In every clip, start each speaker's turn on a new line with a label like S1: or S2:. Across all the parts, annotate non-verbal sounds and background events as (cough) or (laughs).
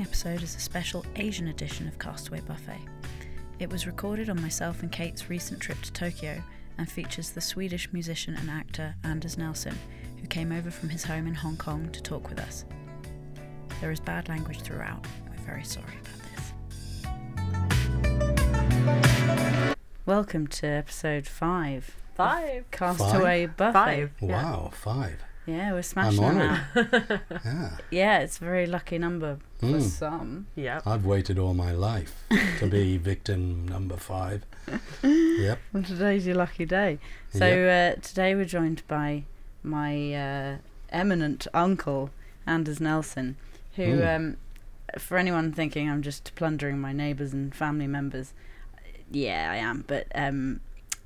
S1: episode is a special Asian edition of Castaway Buffet. It was recorded on myself and Kate's recent trip to Tokyo and features the Swedish musician and actor Anders Nelson, who came over from his home in Hong Kong to talk with us. There is bad language throughout. We're very sorry about this. Welcome to episode five.
S2: Five.
S1: Castaway Buffet.
S2: Five. Yeah.
S3: Wow,
S2: (laughs)
S3: five.
S1: Yeah, we're smashing
S3: I'm
S1: them
S3: honoured.
S1: out.
S3: Yeah.
S1: Yeah, it's a very lucky number for
S3: Mm.
S1: some.
S2: Yeah.
S3: (laughs) I've waited all my life
S2: (laughs)
S3: to be victim number five. Yep.
S1: Well, today's your lucky day. So uh, today we're joined by my uh, eminent uncle, Anders Nelson, who,
S3: Mm.
S1: um, for anyone thinking I'm just plundering my neighbours and family members, yeah, I am. But um,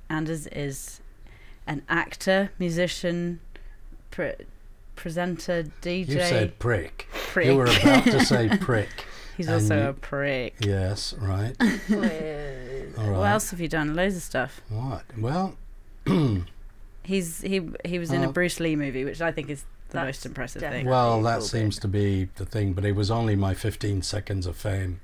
S1: Anders is an actor, musician, pre- presenter, DJ.
S3: You said prick.
S1: prick.
S3: You were about to say
S2: (laughs)
S3: prick.
S1: (laughs) He's
S3: and
S1: also
S3: you-
S1: a prick.
S3: Yes, right.
S2: Quiz.
S3: All right.
S1: What else have you done? Loads of stuff.
S3: What? Well, (clears throat)
S1: He's he he was in a
S3: Uh,
S1: Bruce Lee movie, which I think is the
S2: That's
S1: most impressive
S2: definitely-
S1: thing.
S3: well,
S2: a
S3: that
S2: little
S3: seems
S2: bit.
S3: to be the thing, but it was only my 15 seconds of fame.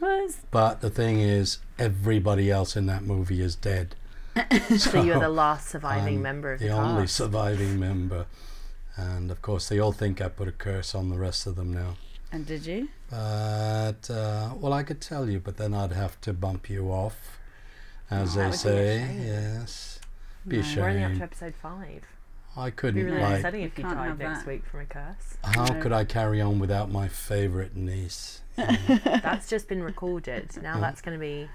S1: Was
S3: But the thing is, everybody else in that movie is dead.
S2: (laughs) so you're the
S3: (laughs)
S2: last surviving
S3: I'm
S2: member of the,
S3: the only
S2: cast.
S3: surviving member. And of course, they all think I put a curse on the rest of them now.
S1: and did you?
S3: But uh, well, I could tell you, but then I'd have to bump you off, as
S2: Oh, that would be
S3: they
S2: a
S3: say.
S2: shame.
S3: Yes, be a
S1: No.
S2: We're only up
S3: shame.
S2: to episode five.
S3: I
S2: It'd
S3: couldn't.
S2: be really
S1: Right.
S3: like,
S2: upsetting
S1: We
S2: if you
S1: can't
S2: died
S1: have
S2: next
S1: that.
S2: week from a curse.
S3: how
S1: No.
S3: could I carry on without my favourite
S1: (laughs)
S3: niece?
S2: That's just been recorded. Now
S3: Yeah.
S2: that's going to be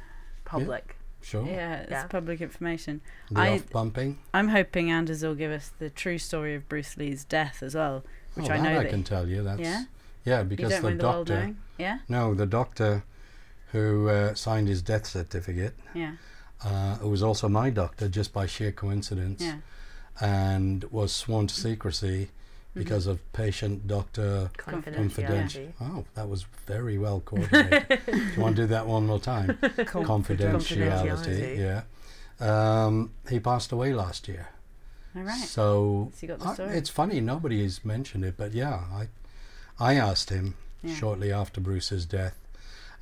S2: public.
S3: Sure.
S1: Yeah, it's
S2: Yeah.
S1: public information.
S3: The
S1: I-
S3: off bumping.
S1: I'm hoping Anders will give us the true story of Bruce Lee's death as well, which
S3: oh,
S1: I
S3: that
S1: know
S3: I
S1: that
S3: can tell you. That's
S1: Yeah?
S3: yeah,
S1: you
S3: because
S1: don't
S3: the
S1: mind the world
S3: doctor.
S1: knowing. Yeah,
S3: no, the doctor, who uh, signed his death certificate,
S1: yeah,
S3: uh, who was also my doctor, just by sheer coincidence.
S1: yeah.
S3: and was sworn to secrecy
S1: Mm-hmm.
S3: because of patient doctor
S2: Confidentiality.
S3: confidential. Oh, that was very well
S1: (laughs)
S3: coordinated.
S2: (laughs)
S3: do you want to do that one more time?
S2: Confidentiality.
S3: Confidentiality, yeah. Um, he passed away last year.
S1: All right.
S3: So,
S1: So you got the
S3: I-
S1: story.
S3: it's funny, nobody's mentioned it, but yeah, I, I asked him
S1: Yeah.
S3: shortly after Bruce's death,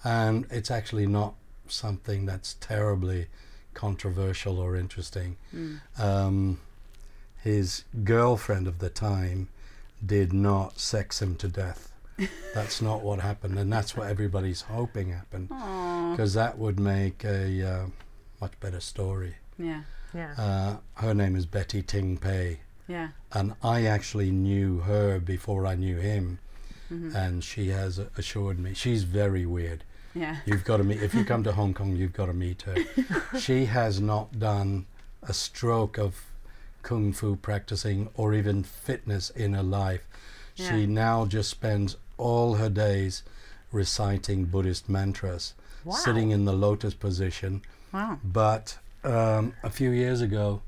S3: and it's actually not something that's terribly controversial or interesting.
S1: Mm.
S3: Um, his girlfriend of the time did not sex him to death. That's not what happened, and that's what everybody's hoping happened,
S1: Aw.
S3: because that would make a uh, much better story.
S1: Yeah,
S2: Yeah.
S3: Uh, her name is Betty Ting Pei
S1: yeah.
S3: and I actually knew her before I knew him,
S1: Mhm.
S3: and she has assured me she's very weird.
S1: Yeah.
S3: You've got to meet if you come to Hong Kong, you've got to meet
S1: (laughs)
S3: her. she has not done a stroke of kung fu practicing or even fitness in her life.
S1: Yeah.
S3: She now just spends all her days reciting Buddhist mantras,
S2: Wow.
S3: sitting in the lotus position.
S1: Wow.
S3: But um, a few years ago,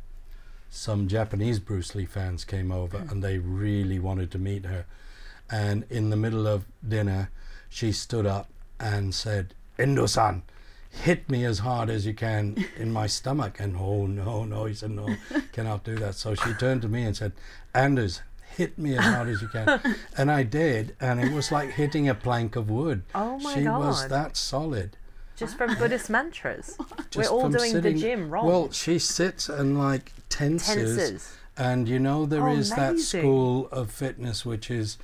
S3: some Japanese Bruce Lee fans came over and they really wanted to meet her. And in the middle of dinner, she stood up and said, Indo san, hit me as hard as you can in my stomach. And oh, no, no, he said, no, cannot do that. So she turned to me and said, Anders, hit me as hard as you can. And I did. And it was like hitting a plank of wood.
S2: Oh my
S3: she was
S2: God.
S3: that solid
S2: Just from Buddhist mantras. We're
S3: just
S2: all
S3: from
S2: doing the
S3: sitting-
S2: gym wrong.
S3: Well, she sits and like tenses,
S2: Tenses.
S3: and you know there
S2: Oh,
S3: is that
S2: amazing.
S3: school of fitness which is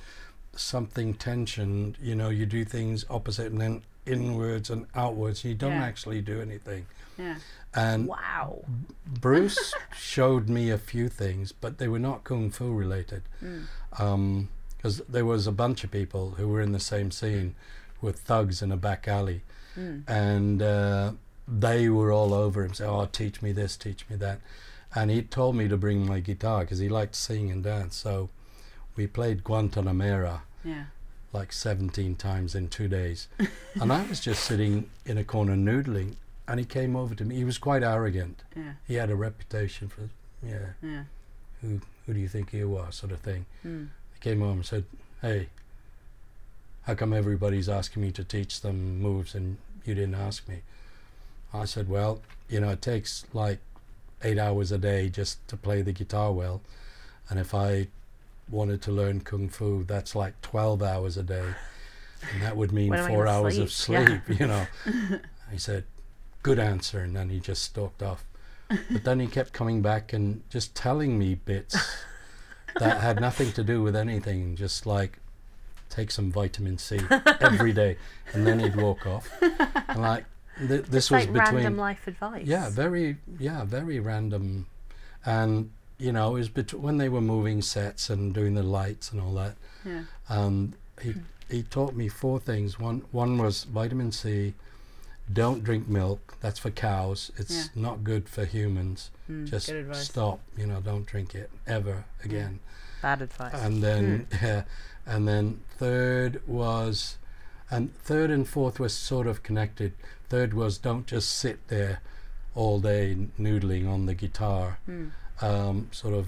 S3: something tension. You know, you do things opposite and then inwards and outwards. You don't
S1: Yeah.
S3: actually do anything.
S1: Yeah.
S3: And
S2: (laughs) wow.
S3: Bruce showed me a few things, but they were not kung fu related.
S1: Mm.
S3: Because there was a bunch of people who were in the same scene with thugs in a back alley.
S1: Mm.
S3: And uh, they were all over him, saying, Oh, teach me this, teach me that. And he told me to bring my guitar because he liked to sing and dance. So we played Guantanamera
S1: Yeah.
S3: like 17 times in two days. and I was just sitting in a corner noodling. And he came over to me. He was quite arrogant
S1: Yeah.
S3: he had a reputation for yeah
S1: Yeah.
S3: who who do you think you are sort of thing
S1: Mm.
S3: they came home and said hey how come everybody's asking me to teach them moves and you didn't ask me i said well you know it takes like eight hours a day just to play the guitar well and if i wanted to learn kung fu that's like 12 hours a day and that would mean
S2: When am I
S3: four
S2: gonna
S3: hours of
S2: sleep? Yeah.
S3: sleep, you
S2: (laughs)
S3: know. I said, good answer. And then he just stalked off. But then he kept coming back and just telling me
S2: (laughs)
S3: bits that had nothing to do with anything, just like take some vitamin C every day. And then he'd walk off. And like, th- this was
S2: like
S3: between.
S2: random life advice.
S3: Yeah, very yeah, very random, and you know, it was bet- when they were moving sets and doing the lights and all that.
S4: Yeah.
S3: Um, he he taught me four things. One one was vitamin C. Don't drink milk. That's for cows. It's not good for humans.
S4: Mm,
S3: Just
S4: good advice.
S3: stop. You know, don't drink it ever again.
S2: Bad advice.
S3: And then (laughs) yeah, and then third was, and third and fourth was sort of connected. Third was don't just sit there all day noodling on the guitar.
S1: Mm.
S3: Um, sort of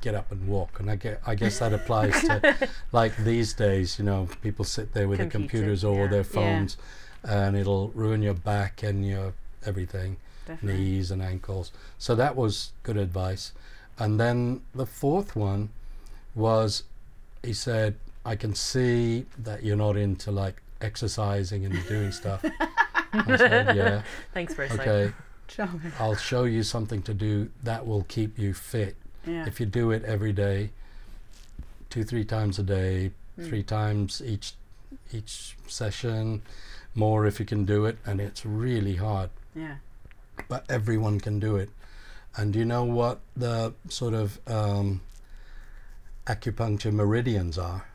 S3: get up and walk. And I, get, I guess that applies
S2: (laughs)
S3: to like these days. You know, people sit there with their
S2: Computing,
S3: computers or
S2: yeah.
S3: their
S4: Yeah.
S3: phones, and it'll ruin your back and your everything
S4: Definitely.
S3: knees and ankles. So that was good advice. And then the fourth one was he said, I can see that you're not into like exercising and doing stuff.
S2: (laughs)
S3: I said, Yeah,
S2: Thanks, Bruce.
S3: okay.
S4: Charming.
S3: I'll show you something to do that will keep you fit.
S4: Yeah.
S3: If you do it every day, two, three times a day,
S4: Mm.
S1: Mm.
S3: three times each each session, more if you can do it, and it's really hard
S4: yeah.
S3: but everyone can do it. And do you know what the sort of um, acupuncture meridians are?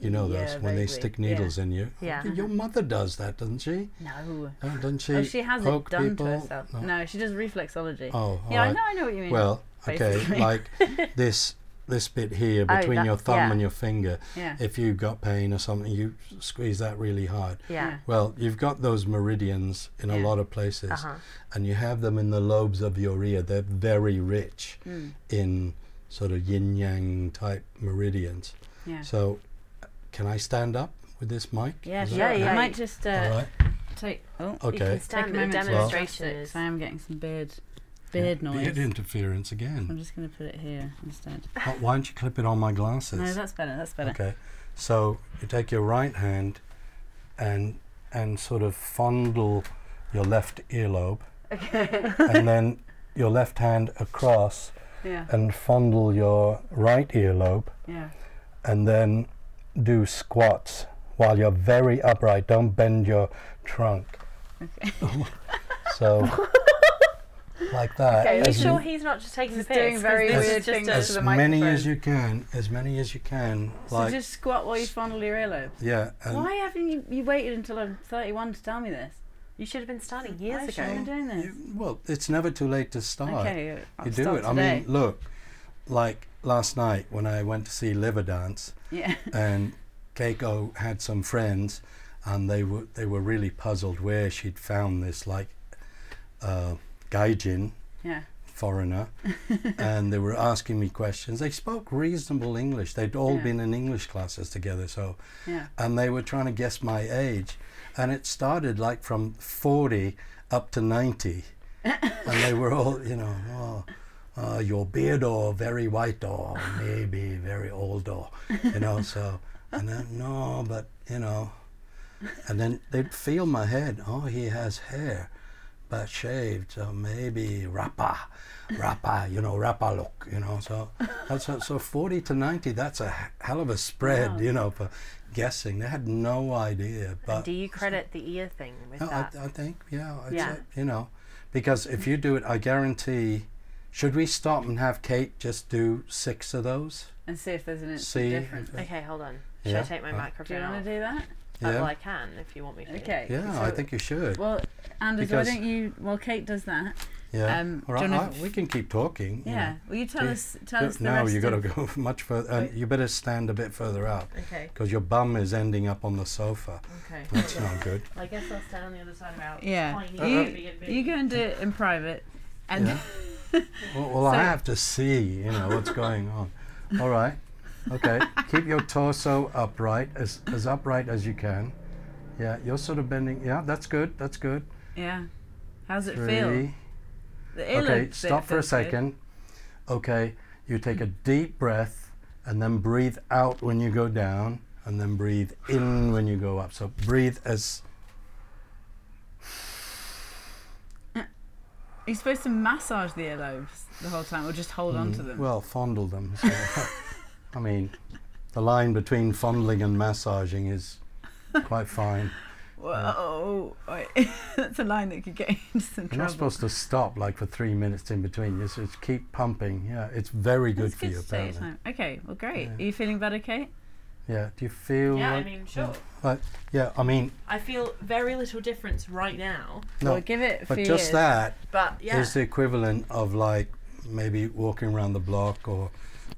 S3: You know
S4: Yeah,
S3: those when they
S4: vaguely.
S3: stick
S4: Yeah.
S3: needles in you.
S2: Yeah.
S3: Your mother does that, doesn't she?
S4: No.
S3: No, doesn't she?
S4: Oh, she has it
S3: poke
S4: done
S3: people?
S4: to herself. No. she does reflexology.
S3: Oh, all
S4: yeah, I
S3: right.
S4: know. I know what you mean.
S3: Well,
S4: basically.
S3: okay,
S4: (laughs)
S3: like this this bit here
S2: Oh,
S3: between your
S2: that's-
S3: thumb
S2: yeah.
S3: and your finger.
S4: yeah.
S3: If you've got pain or something, you squeeze that really hard.
S2: Yeah.
S3: Well, you've got those meridians in a
S4: Yeah.
S3: lot of places,
S2: Uh-huh.
S3: and you have them in the lobes of your ear. They're very rich
S4: Mm,
S3: in sort of yin yang type meridians.
S4: yeah.
S3: So, can I stand up with this mic?
S4: Yeah,
S3: Is
S4: sure.
S3: that-
S2: Yeah,
S4: I
S2: yeah.
S4: might just uh,
S3: All right.
S4: take. Oh,
S2: You can
S3: Okay.
S4: take a
S2: stand the
S4: moment to
S2: demonstration.
S4: demonstration because I
S2: is-
S4: am getting some beard, beard noise.
S3: Beard interference again.
S4: I'm (laughs) just going to put it here instead.
S3: Why- Why don't you clip it on my glasses?
S4: No, that's better. That's better.
S3: Okay. So you take your right hand and and sort of fondle your left earlobe. and then your left hand across
S4: Yeah.
S3: and fondle your right earlobe
S4: Yeah.
S3: and then do squats while you're very upright. Don't bend your trunk.
S4: Okay.
S3: (laughs) So like that.
S2: Okay, are you
S3: Uh, as
S2: sure he's not just taking
S4: He's
S2: the piss?
S4: doing
S2: 'Cause
S4: very
S2: this is
S4: weird
S2: just
S4: things
S2: a-
S4: to
S3: as
S4: the
S3: many as
S4: microphone.
S3: you can, as many as you can, like
S4: so just squat while you fondle your earlobe.
S3: yeah, and
S4: Why haven't you, you waited until I'm 31 to tell me this?
S2: You should have been starting
S4: Why
S2: years
S4: should I
S2: ago.
S4: be doing this?
S3: you- well, it's never too late to start.
S4: okay, I'll
S3: you do
S4: start
S3: it. I
S4: Today.
S3: mean, look, like last night when I went to see Liver
S4: (laughs)
S3: Dance,
S4: (laughs) yeah.
S3: and Keiko had some friends, and they were they were really puzzled where she'd found this like uh, gaijin
S4: Yeah. (laughs)
S3: foreigner, and they were asking me questions. They spoke reasonable English. They'd all
S4: Yeah.
S3: been in English classes together, so
S4: Yeah.
S3: and they were trying to guess my age, and it started like from forty up to ninety, and they were all you know. Oh, uh, your beard or very white or maybe very old or you know so and then no but you know and then they'd feel my head oh he has hair but shaved so maybe rapper rapper you know rapper look you know so that's a, so 40 to 90 that's a h- hell of a spread you know for guessing they had no idea but
S2: Do you credit the ear thing with
S3: Uh, no, I,
S2: that?
S3: I think yeah, it's
S2: Yeah.
S3: uh, you know because if you do it I guarantee should we stop and have Kate just do six of those
S4: And see if there's an instant
S3: See, (laughs)
S4: difference.
S3: I-
S2: okay, hold on. Should
S3: Yeah,
S2: I take my
S3: uh,
S4: Do
S2: microphone
S4: you
S2: out?
S4: want to do that?
S2: Uh,
S3: yeah
S2: well, I can if you want me to.
S4: Okay.
S3: yeah
S4: so-
S3: I think you should
S4: Well, Anders,
S3: Because-
S4: why don't you? While Kate does that,
S3: Yeah.
S4: Um,
S3: All right.
S4: John,
S3: I,
S4: if-
S3: we can keep talking. you
S4: yeah.
S3: know.
S4: Will you tell
S3: Yeah.
S4: us? Tell us the
S3: no,
S4: rest.
S3: you got to
S4: of-
S3: go (laughs) much further. And you better stand a bit further out
S2: Okay.
S3: because your bum is ending up on the sofa.
S2: Okay.
S3: That's not good.
S2: I guess I'll stand on the other side of out.
S4: Yeah.
S3: Uh-huh.
S4: You, you go and do it in private, and (laughs)
S3: Yeah. Well, well I
S4: So-
S3: have to see, you know, what's going on. All right. Okay. Keep your torso upright, as as upright as you can. Yeah. You're sort of bending. Yeah. That's good. That's good.
S4: yeah. How's it feel?
S3: Three.
S4: The earlobe
S3: Okay.
S4: bit
S3: Stop for a
S4: feels good.
S3: second. Okay. You take a deep breath and then breathe out when you go down. and then breathe in when you go up. So breathe as
S4: Are you supposed to massage the earlobes the whole time or just hold on to them?
S3: Mm, well, fondle them. So, (laughs) I mean, the line between fondling and massaging is quite fine.
S4: Whoa, (laughs) wait. that's a line that could get (laughs) you into some
S3: You're not
S4: trouble.
S3: supposed to stop like for three minutes in between. You just keep pumping. Yeah, it's very good
S4: That's
S3: for you.
S4: to take your
S3: Apparently.
S4: time. Okay, well, great.
S3: Yeah.
S4: Are you feeling better, Kate?
S3: Yeah. Do you feel?
S2: Yeah, I
S3: like-
S2: mean, sure.
S3: like- yeah. I mean,
S2: I feel very little difference right now,
S3: No,
S4: Well, give it a
S3: but
S4: few
S3: just
S4: years.
S3: that
S2: but yeah.
S3: is the equivalent of like maybe walking around the block or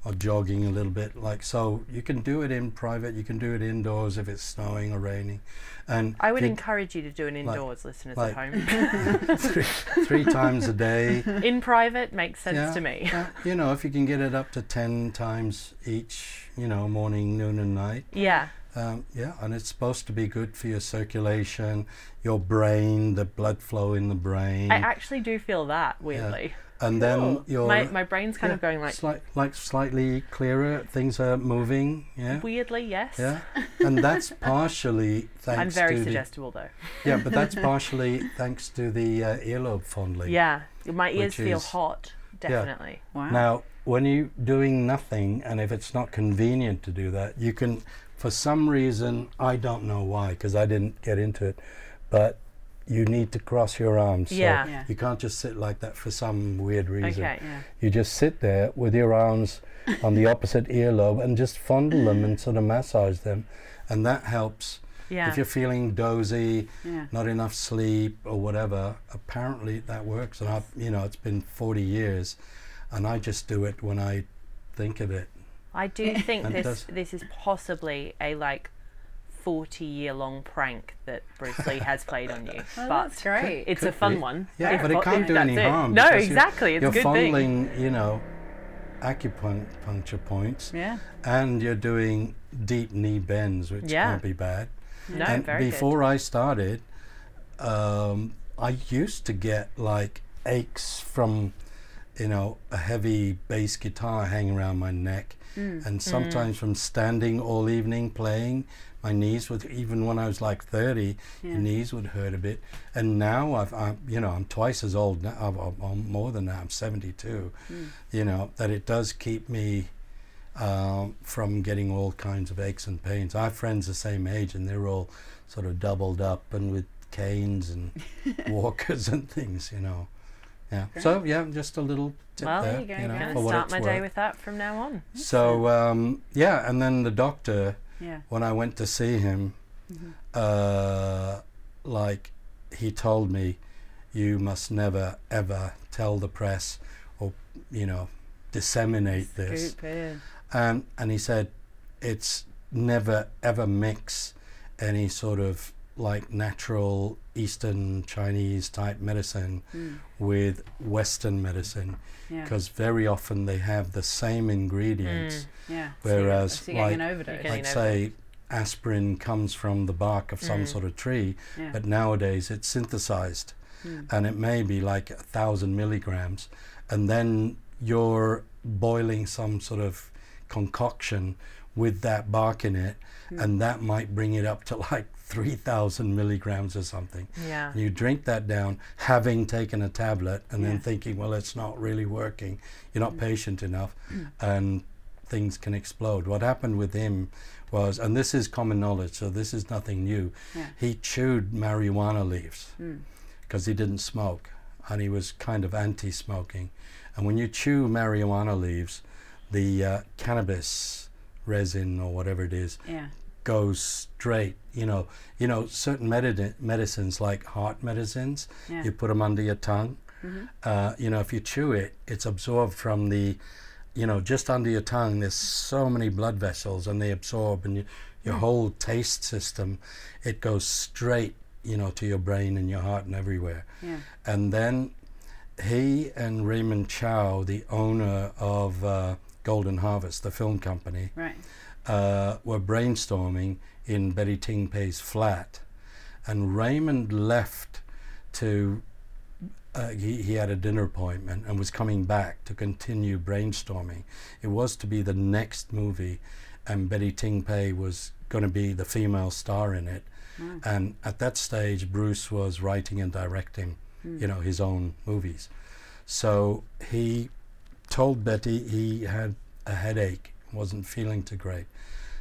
S3: or jogging a little bit. Like so, you can do it in private. You can do it indoors if it's snowing or raining, and
S2: I would
S3: you-
S2: encourage you to do an indoors, listeners
S3: like-
S2: at (laughs) home.
S3: three, three times a day.
S2: In private makes sense
S3: Yeah.
S2: to me.
S3: Uh, you know, if you can get it up to ten times each, you know, morning, noon, and night.
S2: Yeah.
S3: Um, yeah, and it's supposed to be good for your circulation, your brain, the blood flow in the brain,
S2: I actually do feel that weirdly.
S3: Mm. and then your
S2: My my brain's kind of
S3: yeah,
S2: going like
S3: slight, like slightly clearer. Things are moving. Yeah,
S2: weirdly yes.
S3: yeah, and
S2: (laughs)
S3: that's partially thanks
S2: I'm very
S3: to
S2: suggestible though.
S3: the yeah, but that's partially thanks to the uh, earlobe fondling.
S2: Yeah, my ears
S3: Which
S2: feel
S3: is-
S2: hot. Definitely.
S4: Wow.
S3: Now, when you're doing nothing, and if it's not convenient to do that, you can, for some reason, I don't know why, because I didn't get into it, but you need to cross your arms.
S2: Yeah.
S4: Yeah.
S3: You can't just sit like that for some weird reason.
S2: Okay.
S4: Yeah.
S3: You just sit there with your arms on the opposite earlobe and just fondle them and sort of massage them. And that helps.
S2: Yeah.
S3: If you're feeling dozy,
S4: Yeah.
S3: not enough sleep or whatever apparently that works and i've you know it's been 40 years and i just do it when i think of it
S2: I
S3: (laughs)
S2: do think
S3: And
S2: this
S3: does-
S2: this is possibly a like forty year long prank that Bruce Lee has played on
S4: (laughs)
S2: you. but
S4: Well, Oh, that's great.
S2: it's a
S3: Could
S2: fun
S3: be.
S2: one.
S3: yeah
S2: If
S3: but it
S2: fo-
S3: can't
S2: if
S3: do
S2: that's
S3: any
S2: it.
S3: harm
S2: No,
S3: because
S2: exactly. It's
S3: you're,
S2: a good
S3: you're
S2: thing.
S3: fondling you know acupuncture points
S4: yeah.
S3: and you're doing deep knee bends which
S2: Yeah.
S3: can't be bad
S2: No,
S3: and
S2: very good.
S3: before i started um, i used to get like aches from you know a heavy bass guitar hanging around my neck
S2: Mm,
S3: and sometimes from standing all evening playing my knees would even when i was like 30
S4: Yeah.
S3: your knees would hurt a bit and now i've I'm, you know i'm twice as old now I'm, I'm- I'm more than that i'm 72
S2: Hmm.
S3: you know that it does keep me um, from getting all kinds of aches and pains. I have friends the same age, and they're all sort of doubled up and with
S2: (laughs)
S3: canes and walkers and things, you know. Yeah. So yeah, just a little tip
S2: Well,
S3: there,
S2: there
S3: you,
S2: you
S4: go,
S3: know,
S4: guys.
S2: I'm
S3: for
S2: gonna
S3: what
S2: start
S3: it's
S2: my
S3: worth.
S2: day with that from now on.
S3: so um, yeah, and then the doctor,
S4: Yeah. Mm-hmm.
S3: when I went to see him, uh, like he told me, you must never ever tell the press or you know disseminate this
S4: Scoop in.
S3: um, and he said it's never ever mix any sort of like natural Eastern Chinese type medicine with Western medicine
S4: Hmm. Yeah. Mm.
S3: because very often they have the same ingredients.
S2: Hmm.
S4: Yeah.
S3: Whereas,
S4: so you're getting
S3: like-
S4: an overdose.
S2: Getting
S3: Like say aspirin comes from the bark of
S4: Mm.
S3: some sort of tree,
S4: Yeah. Hmm.
S3: but nowadays it's synthesized and it may be like a thousand milligrams and then you're boiling some sort of concoction with that bark in it and that might bring it up to like 3000 milligrams or something
S2: Yeah.
S3: and you drink that down having taken a tablet and then
S4: Yeah.
S3: thinking well it's not really working you're not patient enough and things can explode what happened with him was and this is common knowledge so this is nothing new
S4: Yeah. Hmm.
S3: he chewed marijuana leaves because he didn't smoke and he was kind of anti-smoking and when you chew marijuana leaves the uh, cannabis resin or whatever it is
S4: yeah.
S3: goes straight. You know, you know, certain medicine, medicines like heart medicines,
S4: Yeah. Mm-hmm.
S3: you put them under your tongue. Uh, you know, if you chew it, it's absorbed from the, you know, just under your tongue. There's so many blood vessels, and they absorb, and you, your whole taste system, it goes straight. You know, to your brain and your heart and everywhere.
S4: Yeah.
S3: And then he and Raymond Chow, the owner of uh, Golden Harvest, the film company,
S4: Right.
S3: uh, were brainstorming in Betty Ting Pei's flat, and Raymond left to. Uh, he, he had a dinner appointment and was coming back to continue brainstorming. It was to be the next movie, and Betty Ting Pei was going to be the female star in it. And at that stage, Bruce was writing and directing,
S4: Hmm. Mm.
S3: you know, his own movies. So he told Betty he had a headache, wasn't feeling too great.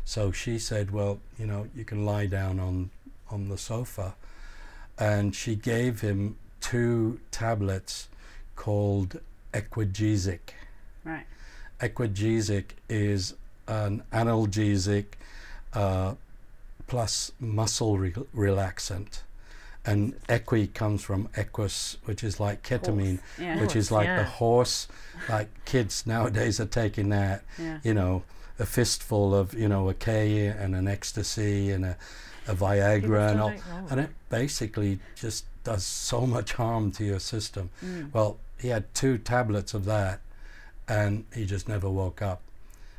S3: So she said, "Well, you know, you can lie down on on the sofa," and she gave him two tablets called Equigesic.
S4: Right.
S3: Equigesic is an analgesic uh, plus muscle re- relaxant. And equi comes from equus, which is like ketamine,
S4: Yeah.
S3: which is
S2: Horse,
S3: like
S2: yeah.
S3: the horse. Like kids nowadays are taking that,
S4: Yeah.
S3: you know, a fistful of, you know, a K and an ecstasy and a, a Viagra and all. And it basically just does so much harm to your system.
S4: Hmm.
S3: Well, he had two tablets of that and he just never woke up.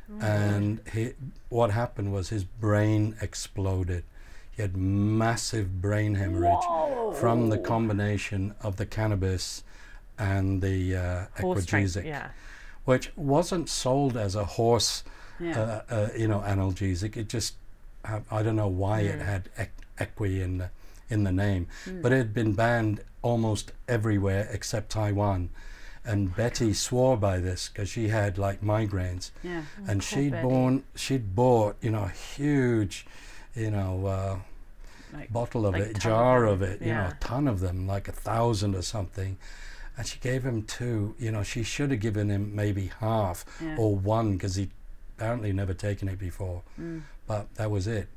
S2: Oh,
S3: and he, what happened was his brain exploded. He had massive brain hemorrhage from the combination of the cannabis and the uh,
S2: Horse drink,
S3: equagesic,
S2: yeah.
S3: which wasn't sold as a horse,
S4: Yeah.
S3: uh, uh, you know, analgesic. It just, I, I don't know why it had equ- equi in the, in the name,
S2: Hmm.
S3: but it had been banned almost everywhere except Taiwan. And Betty swore by this because she had like migraines
S4: yeah.
S3: and
S2: Poor
S3: she'd
S2: Betty.
S3: born she'd bought you know a huge you know uh,
S4: Like-
S3: bottle of
S2: like ton
S3: it
S2: of
S3: jar
S2: them,
S3: of it you know
S2: yeah.
S3: a ton of them like a thousand or something and she gave him two you know she should have given him maybe half
S4: Yeah.
S3: or one because he apparently never taken it before
S4: Hmm.
S3: but that was it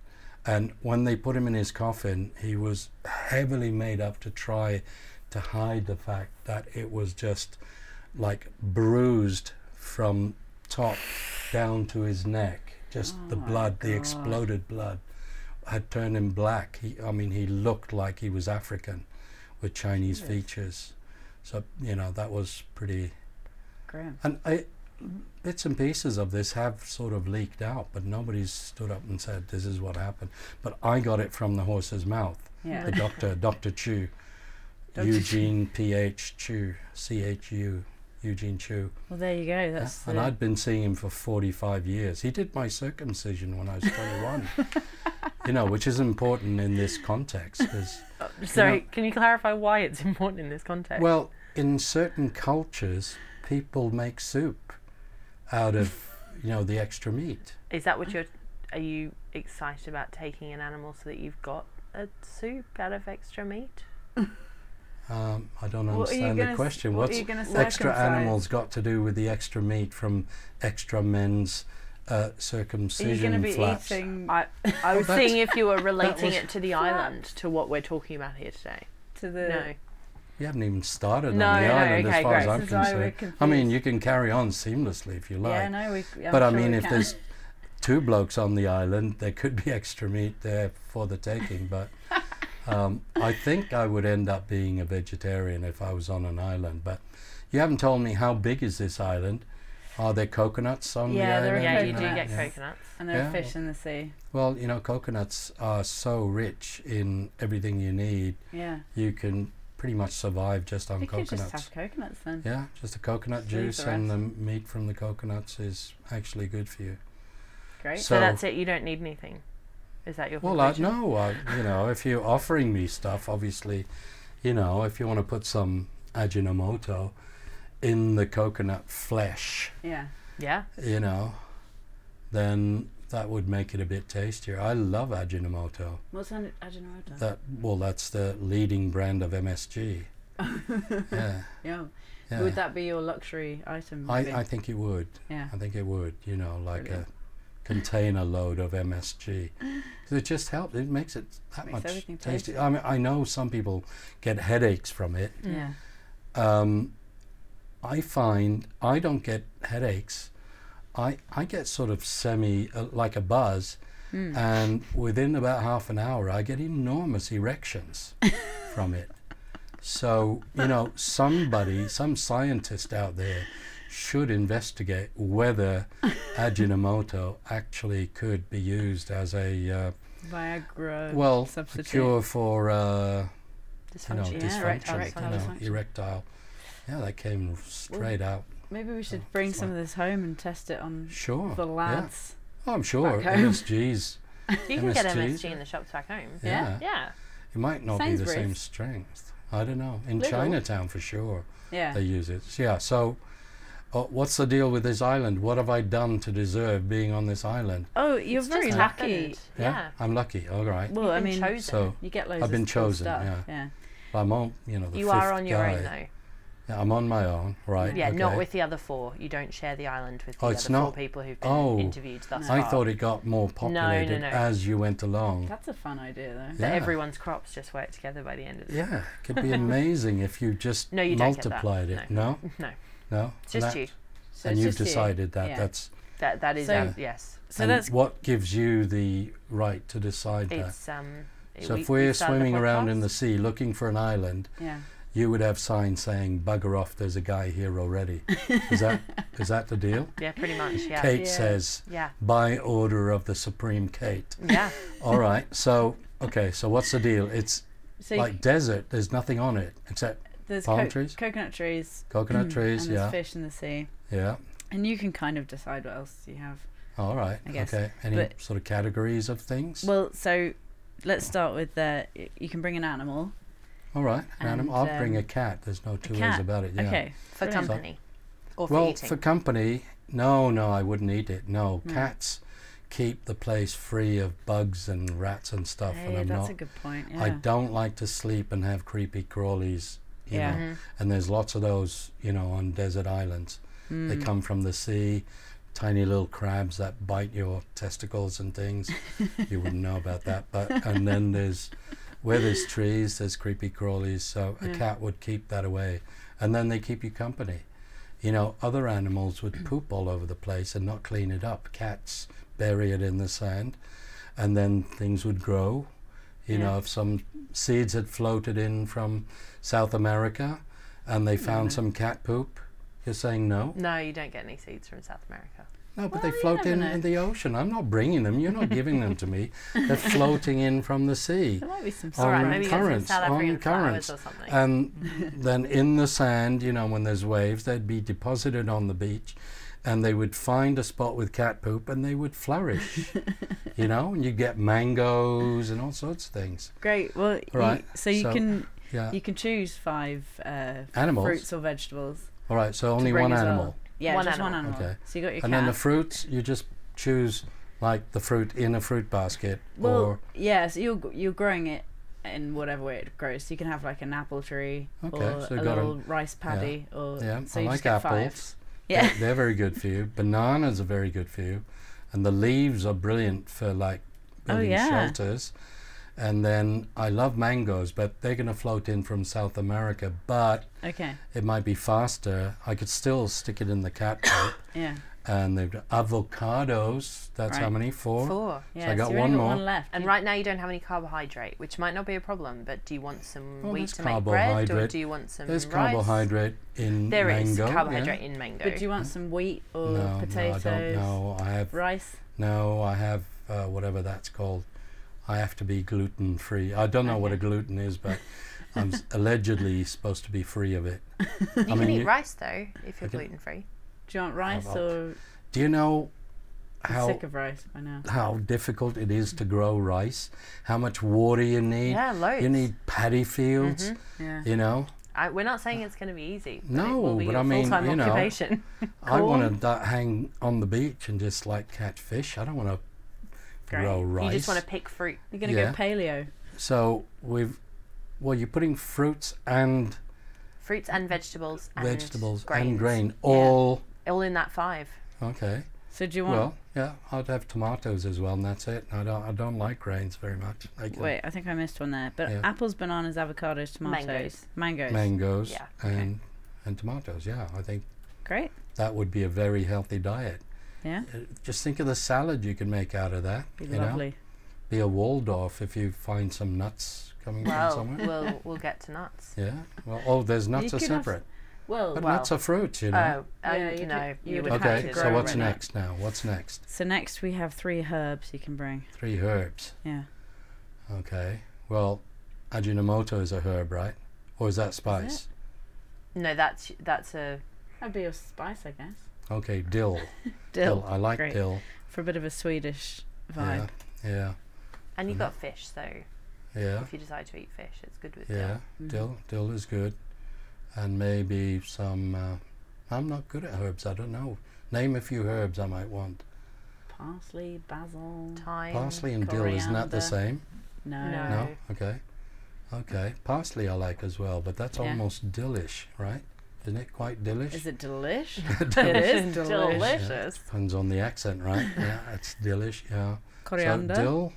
S3: and when they put him in his coffin he was heavily made up to try to hide the fact that it was just like bruised from top down to his neck. Just the blood, the exploded blood, had turned him black. He, I mean, he looked like he was African, with Chinese features. So you know that was pretty.
S4: Grim.
S3: And I, bits and pieces of this have sort of leaked out, but nobody's stood up and said this is what happened. But I got it from the horse's mouth.
S4: Yeah. (laughs)
S3: The doctor, Doctor Chu,
S4: Dr. Chu.
S3: Eugene P H Chu, C H U, Eugene Chu.
S4: Well, there you go. That's
S3: And
S4: the-
S3: I'd been seeing him for 45 years. He did my circumcision when I was 21, you know, which is important in this context. 'cause-
S2: Sorry, can you clarify why it's (laughs) important in this context?
S3: well, in certain cultures, people make soup out of, you know, the extra meat.
S2: is that what you're? Are you excited about taking an animal so that you've got a soup out of extra meat?
S3: Um, I don't
S4: What are you
S3: understand
S4: gonna
S3: the
S4: s-
S3: question.
S4: what are
S3: What's
S4: you gonna
S3: extra
S4: circumcise?
S3: animals got to do with the extra meat from extra men's uh,
S4: Are you
S3: circumcision
S4: going to be
S3: flaps?
S4: eating
S2: I I was
S3: That-
S2: seeing if you were relating
S3: was-
S2: it to the island to what we're talking about here today.
S4: to the?
S2: No.
S3: You haven't even started
S2: No,
S3: on the
S2: no,
S3: island
S2: okay,
S3: as far as
S2: great.
S3: I'm
S4: This is why we're
S3: concerned. I mean,
S4: confused.
S3: you can carry on seamlessly if you like.
S4: Yeah, no, we. I'm
S3: but I
S4: sure
S3: mean,
S4: we
S3: if
S4: can. (laughs)
S3: there's two blokes on the island, there could be (laughs) extra meat there for the taking.
S4: (laughs)
S3: But um, I think I would end up being a vegetarian if I was on an island. But you haven't told me how big is this island? Are there coconuts on
S4: Yeah,
S3: the
S4: there are
S3: island?
S2: Yeah,
S4: Okay,
S2: you do
S4: no.
S2: get
S3: Yeah.
S2: coconuts.
S4: and there are
S3: yeah.
S4: fish in the sea.
S3: Well, you know, coconuts are so rich in everything you need.
S4: Yeah.
S3: You can pretty much survive just on
S4: We could
S3: coconuts.
S4: just have coconuts then.
S3: Yeah, just the coconut
S4: Just leave
S3: juice
S4: the
S3: and the meat from the coconuts is actually good for you.
S4: Great.
S2: So, that's it. You don't need anything. Is that your
S3: Well, I,
S2: conclusion?
S3: no, I, you know, if you're offering me stuff, obviously, you know, if you want to put some Ajinomoto in the coconut flesh,
S4: Yeah.
S2: Yeah.
S3: you know, then that would make it a bit tastier. I love Ajinomoto.
S4: What's an Ajinomoto?
S3: That well, that's the leading brand of
S4: (laughs)
S3: MSG. yeah,
S4: yeah.
S3: yeah.
S4: Would that be your luxury item?
S3: I,
S4: bin?
S3: I think it would.
S4: yeah.
S3: I think it would, you know, like a container load of
S4: (sighs)
S3: MSG. 'Cause It just helps. It makes it that
S4: Makes everything
S3: much tasty. I mean, I know some people get headaches from it.
S4: Yeah.
S3: Um, I find I don't get headaches. I I get sort of semi uh, like a buzz,
S4: Hmm.
S3: and within about half an hour, I get enormous erections from it. So you know, somebody, some scientist out there, should investigate whether Ajinomoto actually could be used as a uh,
S4: Viagra.
S3: well a
S4: substitute.
S3: cure for. Uh, you know,
S2: Dysfunction.
S4: Yeah, erect-
S3: dysfunction,
S4: erectile
S3: you know,
S4: dysfunction.
S3: erectile. Yeah, that came straight out.
S4: Maybe we should bring some of this home and test it on
S3: Sure.
S4: the
S3: yeah.
S4: lads.
S3: Oh, I'm sure
S4: back home.
S3: MSG's
S2: You can get
S3: MSGs?
S2: MSG in the shops back home.
S3: Yeah.
S2: Yeah.
S3: It might not be the same
S4: Sainsbury's.
S3: strength. I don't know. In
S2: Lidl.
S3: Chinatown, for sure,
S4: Yeah.
S3: they use it. Yeah. So, uh, what's the deal with this island? What have I done to deserve being on this island?
S4: Oh, you're
S2: It's
S4: very
S2: just
S4: lucky.
S2: happened. Yeah.
S3: I'm lucky. All right.
S4: Well, I
S2: Been
S4: mean,
S2: chosen.
S3: So
S4: you get loads.
S3: I've
S4: of
S3: been
S4: cool
S3: chosen,
S4: Stuff.
S3: yeah.
S4: yeah.
S3: I'm on. You know, the
S2: you are
S3: fifth
S2: on your
S3: guy.
S2: own though.
S3: Yeah, I'm on my own. Right.
S2: Yeah, not
S3: okay.
S2: with the other four. You don't share the island with the
S3: Oh,
S2: other
S3: it's
S2: four
S3: not-
S2: people who've been
S3: Oh.
S2: interviewed thus
S3: I
S2: far.
S3: thought it got more populated
S2: no.
S3: as you went along.
S4: That's a fun idea, though.
S2: that
S3: Mm. yeah.
S2: everyone's crops just work together by the end of the
S3: Yeah, it
S2: (laughs)
S3: could be amazing if you just
S2: No, you don't get that.
S3: multiplied it. No,
S2: (laughs) No,
S3: no,
S2: it's just
S3: That-
S2: you.
S4: So
S3: and
S4: it's
S3: you've
S4: just you.
S3: decided that.
S4: Yeah.
S3: That's
S2: That that is
S4: So-
S2: um, yes.
S4: So
S3: and
S4: that's
S3: what gives you the right to decide that.
S2: It's um.
S3: uh, So
S2: we-
S3: if
S2: we
S3: we're
S2: started
S3: swimming around in
S2: podcast.
S3: the sea looking for an island,
S4: yeah.
S3: you would have signs saying "bugger off." There's a guy here already. Is that is that the deal?
S2: yeah, pretty much yeah.
S3: Kate
S4: (laughs) Yeah.
S3: says,
S2: Yeah,
S3: "By order of the Supreme Kate."
S2: yeah.
S3: All
S4: (laughs)
S3: right. So okay. So what's the deal? It's
S4: So
S3: like desert. There's nothing on it except
S4: you, there's
S3: palm
S4: co-
S3: trees?
S4: coconut trees,
S3: coconut trees.
S4: Mm, and there's
S3: Yeah.
S4: fish in the sea,
S3: Yeah.
S4: and you can kind of decide what else you have.
S3: All right.
S4: I guess.
S3: Okay. Any
S4: But-
S3: sort of categories of things?
S4: Well, so let's start with the. You can bring an animal.
S3: All right. An animal.
S4: and,
S3: I'll bring a
S4: um,
S3: cat. There's no two ways
S4: cat.
S3: about it. Yeah.
S4: Okay.
S2: For
S4: brilliant.
S2: company or for
S3: Well,
S2: eating.
S3: for company, no, no, I wouldn't eat it. No,
S4: No.
S3: cats keep the place free of bugs and rats and stuff,
S4: Hey,
S3: and I'm
S4: that's
S3: not.
S4: a good point. Yeah.
S3: I don't like to sleep and have creepy crawlies. You
S4: Yeah.
S3: Know?
S2: Mm-hmm.
S3: And there's lots of those, you know, on desert islands. They
S4: Hmm. Mm.
S3: come from the sea, tiny little crabs that bite your testicles and
S4: (laughs)
S3: things. you wouldn't know about that, but and then there's where there's trees, there's creepy crawlies. So a
S4: Yeah.
S3: cat would keep that away, and then they keep you company. You know, other animals
S4: (clears throat)
S3: would poop all over the place and not clean it up. Cats bury it in the sand, and then things would grow. You
S4: Yeah.
S3: know, if some seeds had floated in from South America and
S4: Hmm.
S3: they found some cat poop, you're saying no?
S2: No, you don't get any seeds from South America.
S3: No, but
S4: Well,
S3: they
S4: you
S3: float
S4: never
S3: in,
S4: know.
S3: in the ocean. I'm not bringing them. You're not giving them to me. They're floating in from the sea.
S4: There might be some.
S3: All
S2: All right,
S3: On
S4: sand.
S2: maybe you get some
S3: currents,
S2: South
S3: on
S2: African flowers
S3: currents.
S2: or something.
S3: And then in the sand, you know, when there's waves, they'd be deposited on the beach and they would find a spot with cat poop and they would flourish,
S4: (laughs)
S3: you know, and you'd get mangoes and all sorts of things.
S4: Great. Well,
S3: Right,
S4: you, so you
S3: so-
S4: can
S3: Yeah.
S4: you can choose five uh,
S3: Animals.
S4: fruits or vegetables.
S3: All right, so
S4: to
S3: only
S4: bring
S3: one
S4: as well.
S3: animal.
S4: Yeah,
S2: One
S4: just one
S2: animal.
S4: animal.
S3: Okay.
S4: So you got your
S3: And
S4: cat.
S3: then the fruits, you just choose like the fruit in a fruit basket
S4: well,
S3: or
S4: yeah. So you're you're growing it in whatever way it grows. So you can have like an apple tree
S3: Okay,
S4: or
S3: so
S4: a
S3: got 'em.
S4: little rice paddy or
S3: yeah,
S4: so
S3: I
S4: you just
S3: like
S4: get
S3: apples.
S4: five. (laughs)
S3: They're-
S4: Yeah.
S3: They're, very good for you. Bananas are very good for you. And the leaves are brilliant for like
S4: Oh,
S3: building
S4: yeah.
S3: shelters. And then I love mangoes, but they're going to float in from South America, but
S4: Okay.
S3: it might be faster. I could still stick it in the
S4: (coughs)
S3: cat coat.
S4: Yeah.
S3: and they've got avocados, that's how
S4: Right.
S3: many? Four?
S2: Four.
S4: Yeah.
S3: I got
S4: so you only
S3: one
S4: got
S3: more.
S4: one left.
S2: And
S4: You-
S2: right now you don't have any carbohydrate, which might not be a problem, but do you want some
S3: Well,
S2: wheat
S3: there's
S2: to make bread or
S3: carbohydrate.
S2: do you want some
S3: There's
S2: rice?
S3: carbohydrate in
S2: There
S3: mango.
S2: is
S3: yeah.
S2: carbohydrate in mango.
S4: But do you want some wheat or
S3: No,
S4: potatoes?
S3: no, I don't know. I have
S4: Rice.
S3: No, I have uh, whatever that's called. I have to be gluten free. I don't know what a
S4: Okay.
S3: gluten is, but I'm
S2: (laughs)
S3: s- allegedly supposed to be free of it.
S2: you can
S3: mean,
S2: eat
S3: you-
S2: rice though if you're
S3: Okay.
S2: gluten free.
S4: Do you want rice
S3: about-
S4: or
S3: Do you know
S4: I'm
S3: how
S4: sick of rice by now?
S3: how difficult it is to grow rice? How much water you need?
S2: Yeah, loads.
S3: You need paddy fields.
S2: Mm-hmm.
S4: Yeah.
S3: You know,
S2: I, we're not saying it's going to be easy. but it
S3: No,
S2: will be
S3: but
S2: a
S3: I mean,
S2: full-time
S3: you know,
S2: occupation. (laughs)
S3: I want to hang on the beach and just like catch fish. I don't want to grow rice.
S2: You just want to pick fruit.
S4: You're gonna
S3: Yeah.
S4: go paleo.
S3: so we've well, you're putting fruits and
S2: Fruits and vegetables and
S3: vegetables
S2: grains.
S3: and grain all.
S2: All in that
S3: (laughs)
S2: five.
S3: Okay.
S4: So do you want?
S3: Well, yeah, I'd have tomatoes as well, and that's it. I don't, I don't like grains very much. I can-
S4: Wait, I think I missed one there. But
S3: Yeah.
S4: apples, bananas, avocados, tomatoes,
S2: Mangoes.
S4: mangoes.
S3: mangoes
S2: Yeah,
S4: okay.
S3: and and tomatoes. Yeah, I think
S4: Great.
S3: that would be a very healthy diet.
S4: Yeah.
S3: Uh, Just think of the salad you can make out of that.
S4: Be
S3: you
S4: lovely.
S3: know, be a Waldorf if you find some nuts coming
S2: Well, (laughs)
S3: from somewhere.
S2: we'll we'll get to nuts.
S3: Yeah. Well, oh, there's nuts
S4: You
S3: are
S4: could have-
S3: separate,
S4: Well,
S3: but
S2: well,
S3: nuts are fruits, you know.
S2: Oh, um,
S4: Yeah, you
S2: no,
S4: could-
S2: you
S4: you
S2: would
S4: would
S2: have
S3: okay.
S2: to
S3: So
S2: grow
S3: what's
S2: it.
S3: next now? What's next?
S4: so next we have three herbs you can bring.
S3: Three herbs.
S4: Yeah.
S3: Okay. Well, Ajinomoto is a herb, right? Or is that spice?
S2: No, that's that's a
S4: That'd be a spice, I guess.
S3: Okay, dill.
S4: (laughs) Dill.
S3: I like
S4: Great.
S3: dill.
S4: For a bit of a Swedish vibe.
S3: Yeah, Yeah.
S2: And you
S3: Mm.
S2: got fish, so
S3: Yeah.
S2: if you decide to eat fish, it's good with
S3: Yeah.
S2: dill.
S4: Mhm.
S3: Dill. Dill is good. And maybe some. Uh, I'm not good at herbs. I don't know. Name a few herbs I might want.
S4: Mm. Parsley, basil.
S2: Thyme.
S3: Parsley and dill is not the
S4: coriander.
S3: same.
S4: No.
S2: No.
S3: No.
S2: (laughs)
S3: Okay. Okay. Parsley I like as well, but that's
S4: Yeah.
S3: almost dillish, right? Isn't it quite dillish?
S4: Is it
S3: (laughs)
S4: delish?
S2: It
S4: it
S2: is
S4: is
S2: delicious.
S3: Depends on the accent,
S4: (laughs)
S3: right? yeah, it's dillish. Yeah.
S4: Coriander.
S3: So dill,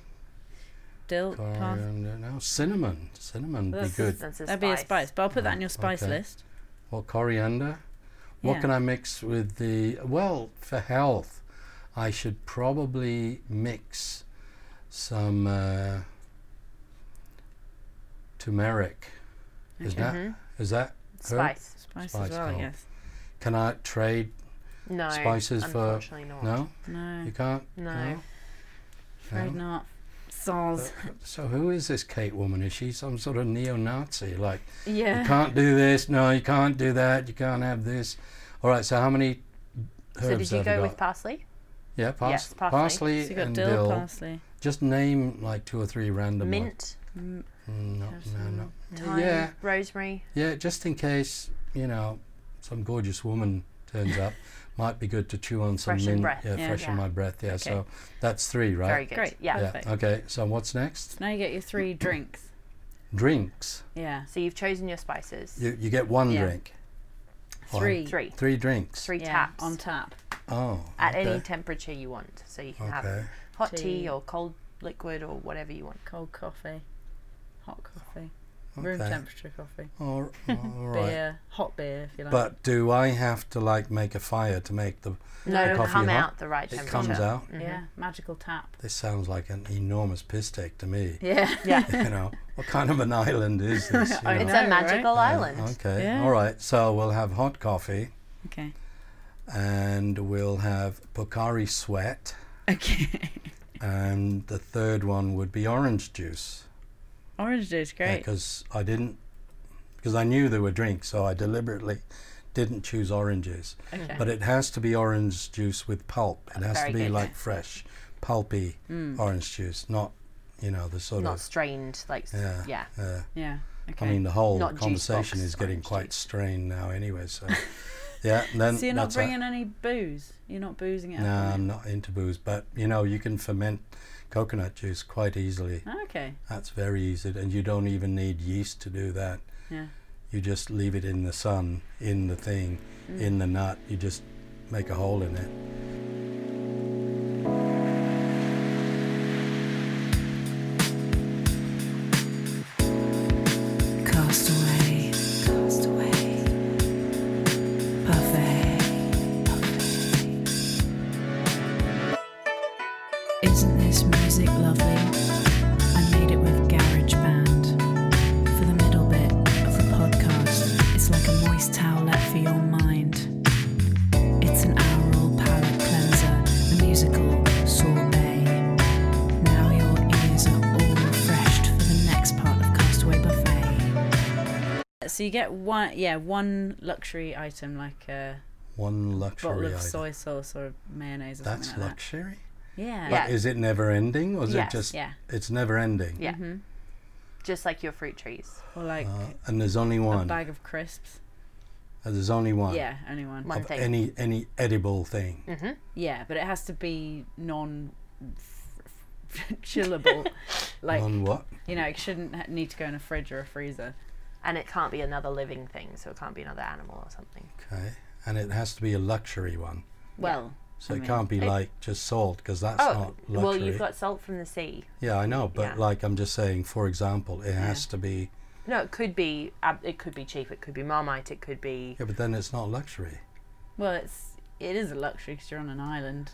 S4: dill, parsley.
S3: coriander. No, cinnamon. Cinnamon would be
S4: That's-
S3: good.
S2: That's
S4: That'd be a spice, but I'll put that in your spice
S3: Okay.
S4: list.
S3: Well, coriander. What
S4: Yeah.
S3: can I mix with the? Well, for health, I should probably mix some uh, turmeric. Is
S4: Okay.
S3: that
S2: Mhm.
S3: is that?
S2: Spice.
S4: Spice,
S3: Spice
S4: as well,
S3: help.
S4: I guess.
S3: Can I trade?
S2: No.
S3: Spices for-
S2: unfortunately not.
S3: No,
S4: No,
S3: you can't.
S2: No.
S4: afraid
S3: no.
S4: not. Sauce.
S3: So who is this Kate woman? Is she some sort of neo-Nazi? Like you
S4: Yeah.
S3: can't do this. No, you can't do that. You can't have this. All right. So how many herbs
S2: So did you
S3: have I
S2: go
S3: got?
S2: with parsley?
S3: yeah, pars-
S2: Yes, parsley.
S3: parsley,
S4: So you got
S3: and
S4: dill,
S3: dill.
S4: parsley.
S3: Just name like two or three random ones.
S2: Mint,
S4: Mm,
S3: Mm, No,
S4: Have
S3: no,
S4: some
S3: no.
S2: thyme,
S3: Yeah,
S2: rosemary.
S3: yeah. Just in case, you know, some gorgeous woman turns up, (laughs) might be good to chew on some
S2: Freshen
S3: mint.
S2: breath.
S3: Yeah,
S4: Yeah.
S3: freshen
S2: Yeah.
S3: my breath. Yeah.
S4: Okay.
S3: So that's three,
S2: Very
S3: right?
S2: good.
S4: Great.
S2: Yeah.
S3: yeah.
S4: perfect.
S3: Okay. So what's next?
S4: So now you get
S3: (coughs)
S4: your three drinks.
S3: Drinks.
S4: Yeah.
S2: So you've chosen your spices.
S3: You you get one
S4: Yeah.
S3: drink. Or
S4: Three.
S2: Three.
S3: Three drinks.
S2: Three
S4: yeah,
S2: taps.
S4: on tap.
S3: Oh.
S2: at
S3: okay.
S2: any temperature you want. So you can have
S3: Okay.
S2: hot tea.
S4: Tea.
S2: or cold liquid or whatever you want.
S4: Cold coffee. Hot coffee. Room
S3: Okay.
S4: temperature coffee.
S2: (laughs)
S3: All, all right.
S4: Beer. Hot beer, if you like.
S3: But do I have to like make a fire to make the?
S2: No, it'll
S3: coffee
S2: come
S3: hot.
S2: out the right
S3: It
S2: temperature. Mm-hmm.
S3: comes out.
S4: Yeah.
S3: Mm-hmm.
S4: Magical tap.
S3: This sounds like an enormous piss take to me.
S4: Yeah. (laughs)
S2: Yeah.
S3: (laughs) you know, what kind of an island is this? you
S4: I
S3: know?
S2: it's
S4: know,
S2: a
S4: right?
S2: magical
S3: Yeah,
S2: island.
S3: Okay.
S4: Yeah.
S3: All right. So we'll have hot coffee
S4: Okay.
S3: and we'll have Pocari sweat.
S4: Okay.
S3: And the third one would be orange juice.
S4: Orange juice, great.
S3: Because I didn't, because I knew there were drinks, so I deliberately didn't choose oranges.
S4: okay.
S3: But it has to be orange juice with pulp. It has
S2: Very
S3: to be
S2: good. Mm.
S3: like fresh, pulpy orange juice, not, you know, the sort
S2: Not
S3: of.
S2: strained, like s-
S3: Yeah.
S2: yeah.
S3: Uh,
S4: yeah.
S3: I
S4: Okay.
S3: mean, the whole
S2: Not juice
S3: conversation
S2: box
S3: is getting
S2: orange
S3: quite
S2: juice.
S3: strained now, anyway.
S2: (laughs)
S3: So, yeah. and Then
S4: so you're not
S3: that's it.
S4: bringing any booze. You're not boozing it
S3: No,
S4: up.
S3: I'm not into booze, but you know, you can ferment coconut juice quite easily.
S4: not. Okay.
S3: That's very easy, and you don't even need yeast to do that.
S4: Yeah.
S3: You just leave it in the sun, in the thing,
S2: Mm.
S3: in the nut. You just make a hole in it.
S1: Castaway. Castaway. Buffet. Isn't this music lovely? I made it with GarageBand. For the middle bit of the podcast, it's like a moist towelette for your mind. It's an aural palate cleanser, a musical sorbet. Now your ears are all refreshed for the next part of Castaway Buffet.
S4: So you get one, yeah, one luxury item like uh, a
S3: One
S4: bottle
S3: luxury
S4: of
S3: item.
S4: soy sauce or mayonnaise or
S3: That's
S4: something like
S3: luxury.
S4: that. Yeah.
S2: Yeah.
S3: But is it never ending, or is
S2: Yes,
S3: it just?
S4: yeah.
S3: It's never ending.
S2: Yeah.
S4: Mhm.
S2: Just like your fruit trees.
S4: Or like
S3: Uh, and there's only
S4: a
S3: one.
S4: bag of crisps.
S3: Uh, There's only one.
S4: Yeah, only one.
S2: One
S3: Of
S2: thing.
S3: any any edible thing.
S4: Yeah, but it has to be non f- f-
S3: (laughs)
S4: chillable.
S2: Mm-hmm.
S4: like
S3: on what?
S4: you know, it shouldn't ha- need to go in a fridge or a freezer.
S2: And it can't be another living thing, so it can't be another animal or something.
S3: Okay. And it has to be a luxury one.
S4: Well,
S3: So
S4: I
S3: it
S4: mean-
S3: can't be
S2: Mm-hmm. It-
S3: like just salt because that's
S2: Oh,
S3: not luxury.
S2: well, you've got salt from the sea.
S3: yeah, I know, but
S2: yeah.
S3: like I'm just saying, for example, it has to be.
S2: No, it could be. ab- It could be cheap. It could be Marmite. It could be.
S3: Yeah, but then it's not luxury.
S4: well, it's it is a luxury because you're on an island.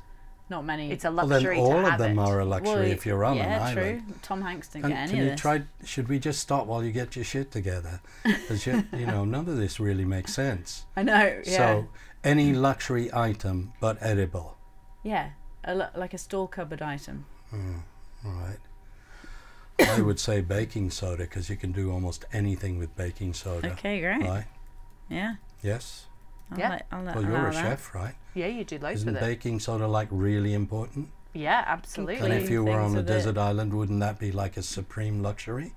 S4: Not many.
S2: It's a
S3: Well, then
S2: luxury
S3: all
S2: to
S3: of
S2: have
S3: them
S2: it.
S3: are a luxury
S4: Well,
S3: if you're on
S4: yeah,
S3: an island.
S4: true. Tom Hanks didn't
S3: Can,
S4: get any
S3: can
S4: of
S3: you
S4: this.
S3: try? Should we just stop while you get your shit together? Because you, you know, none of this really makes sense.
S4: I know. Yeah.
S3: So, any luxury item but edible.
S4: Yeah, a, lu- like a store cupboard item.
S3: All right. I would say baking soda because you can do almost anything with baking soda.
S4: Okay, great.
S3: Right?
S4: Yeah.
S3: Yes.
S4: I'll
S2: Yeah.
S4: Let, I'll let,
S3: Well, you're
S4: allow
S3: a
S4: that.
S3: chef, right?
S2: Yeah, you do loads
S3: Isn't
S2: with it.
S3: baking soda like really important?
S2: Yeah, absolutely.
S3: And if you were
S4: things
S3: on a
S4: with it.
S3: desert island, wouldn't that be like a supreme luxury?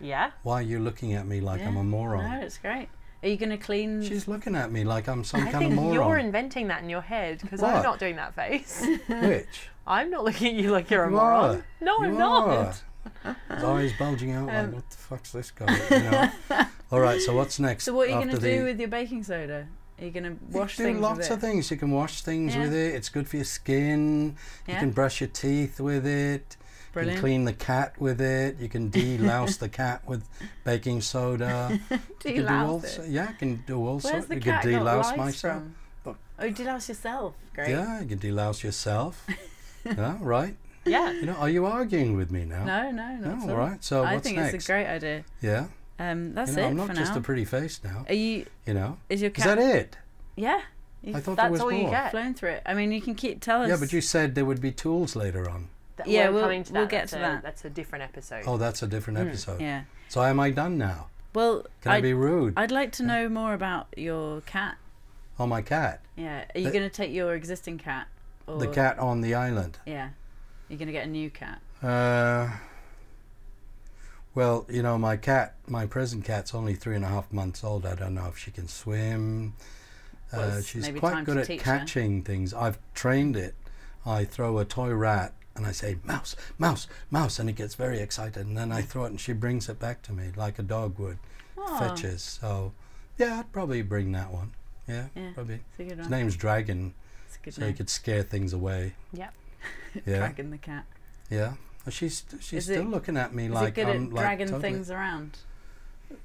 S2: Yeah.
S3: Why are you looking at me like I'm
S4: Yeah.
S3: a moron?
S4: No, it's great. Are you going to clean?
S3: She's looking at me like I'm some
S2: I
S3: kind of
S2: think you're
S3: moron.
S2: inventing that in your head because I'm
S3: What?
S2: not doing that face. (laughs)
S3: Which?
S2: I'm not looking at you like you're a
S3: You
S2: moron.
S3: are.
S2: No,
S4: Oh,
S3: you
S2: I'm not.
S3: are. His eyes bulging out
S4: Um,
S3: like, what the fuck's this guy? You know?
S4: (laughs)
S3: All right, so what's next?
S4: so what are you going
S3: after
S4: to do
S3: the-
S4: with your baking soda? Are you going to
S3: You
S4: wash
S3: can
S4: things
S3: do lots
S4: with
S3: of
S4: it?
S3: things. You can wash things
S4: Yeah.
S3: with it. It's good for your skin. You
S4: Yeah.
S3: can brush your teeth with it. You
S4: Brilliant.
S3: can clean the cat with it. You can de-louse the cat with baking
S4: (laughs)
S3: soda. you can do all
S4: Delouse it.
S3: so- yeah, I can do all
S4: Where's
S3: sorts.
S4: the
S3: You
S4: cat
S3: can
S4: got
S3: de-louse
S4: lice
S3: myself.
S4: from?
S3: Oh.
S4: Oh, delouse yourself. Great.
S3: Yeah, you can de-louse
S4: (laughs)
S3: yourself. yeah, right.
S2: Yeah.
S3: You know, are you arguing with me now?
S4: No, no, not at
S3: all
S4: all.
S3: right. So
S4: I
S3: what's
S4: think
S3: next?
S4: it's a great idea.
S3: yeah,
S4: Um, that's
S3: you know,
S4: it
S3: I'm not
S4: for
S3: just
S4: now.
S3: a pretty face now.
S4: Are you?
S3: You know,
S4: Is your
S3: is
S4: cat?
S3: that it?
S4: Yeah.
S3: I thought there
S2: That's
S3: was
S2: all
S3: more.
S2: you get.
S4: Flown through it. I mean, you can keep tell us.
S3: Yeah, but you said there would be tools later on.
S2: Th-
S4: Yeah,
S2: we're
S4: we'll-
S2: coming to that.
S4: we'll get
S2: that's
S4: to
S2: a,
S4: that.
S2: That's a different episode.
S3: Oh, that's a different episode.
S4: Yeah.
S3: So am I done now?
S4: Well,
S3: Can I,
S4: I'd,
S3: be rude?
S4: I'd like to know more about your cat.
S3: oh, my cat.
S4: Yeah. Are you
S3: The-
S4: going to take your existing cat? Or,
S3: The cat on the island.
S4: Yeah. You're going to get a new cat.
S3: Uh, well, you know, my cat, my present cat's only three and a half months old. I don't know if she can swim.
S4: Well,
S3: Uh,
S4: it's
S3: she's
S4: maybe
S3: quite
S4: time
S3: good
S4: to
S3: at
S4: teach her.
S3: catching things. I've trained it. I throw a toy rat and I say, mouse, mouse, mouse, and it gets very excited. And then I throw it and she brings it back to me like a dog would.
S4: Oh,
S3: Fetches. So, yeah, I'd probably bring that one. Yeah,
S4: Yeah.
S3: probably.
S4: It's a good
S3: His
S4: one.
S3: name's Dragon,
S4: It's a good
S3: so
S4: name.
S3: he could scare things away.
S2: Yeah.
S4: (laughs)
S3: Yeah.
S4: Dragging the cat.
S3: Yeah. Well, She's she's
S4: Is it-
S3: still looking at me
S4: Is
S3: like
S4: it good
S3: I'm
S4: at
S3: like
S4: dragging
S3: totally-
S4: things Oh. around?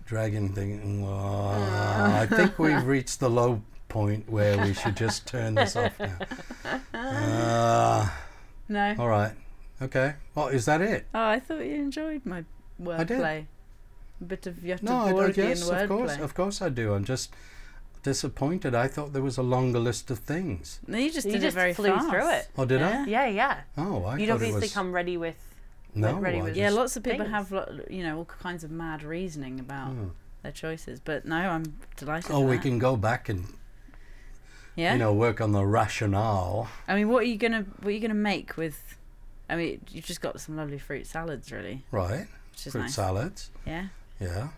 S3: Dragon thing. Well, I think
S4: (laughs)
S3: we've reached the low point where we should just turn this off now. Uh,
S4: No.
S3: all right. Okay. Well, is that it?
S4: Oh, I thought you enjoyed my
S3: did.
S4: wordplay. A bit of you have to
S3: No, I, I
S4: board
S3: guess
S4: wordplay.
S3: of course, of course I do. I'm just disappointed. I thought there was a longer list of things.
S4: No, you just
S2: You
S4: did
S2: just
S4: it very
S2: flew
S4: fast.
S2: through it.
S3: Oh, did
S4: Yeah.
S3: I?
S2: Yeah, yeah.
S3: Oh, I
S2: You'd
S3: thought it
S2: obviously
S3: was.
S2: come ready with.
S3: no,
S2: ready
S3: I
S2: with-
S4: Yeah,
S3: just-
S4: lots of people
S2: things.
S4: have lo- you know all kinds of mad reasoning about
S3: Hmm.
S4: their choices, but no, I'm delighted.
S3: Oh,
S4: for
S3: we
S4: that.
S3: can go back and
S4: Yeah.
S3: you know work on the rationale.
S4: I mean, what are you gonna what are you gonna make with? I mean, you've just got some lovely fruit salads, really,
S3: Right.
S4: which is
S3: Fruit
S4: nice.
S3: salads.
S4: Yeah.
S3: Yeah.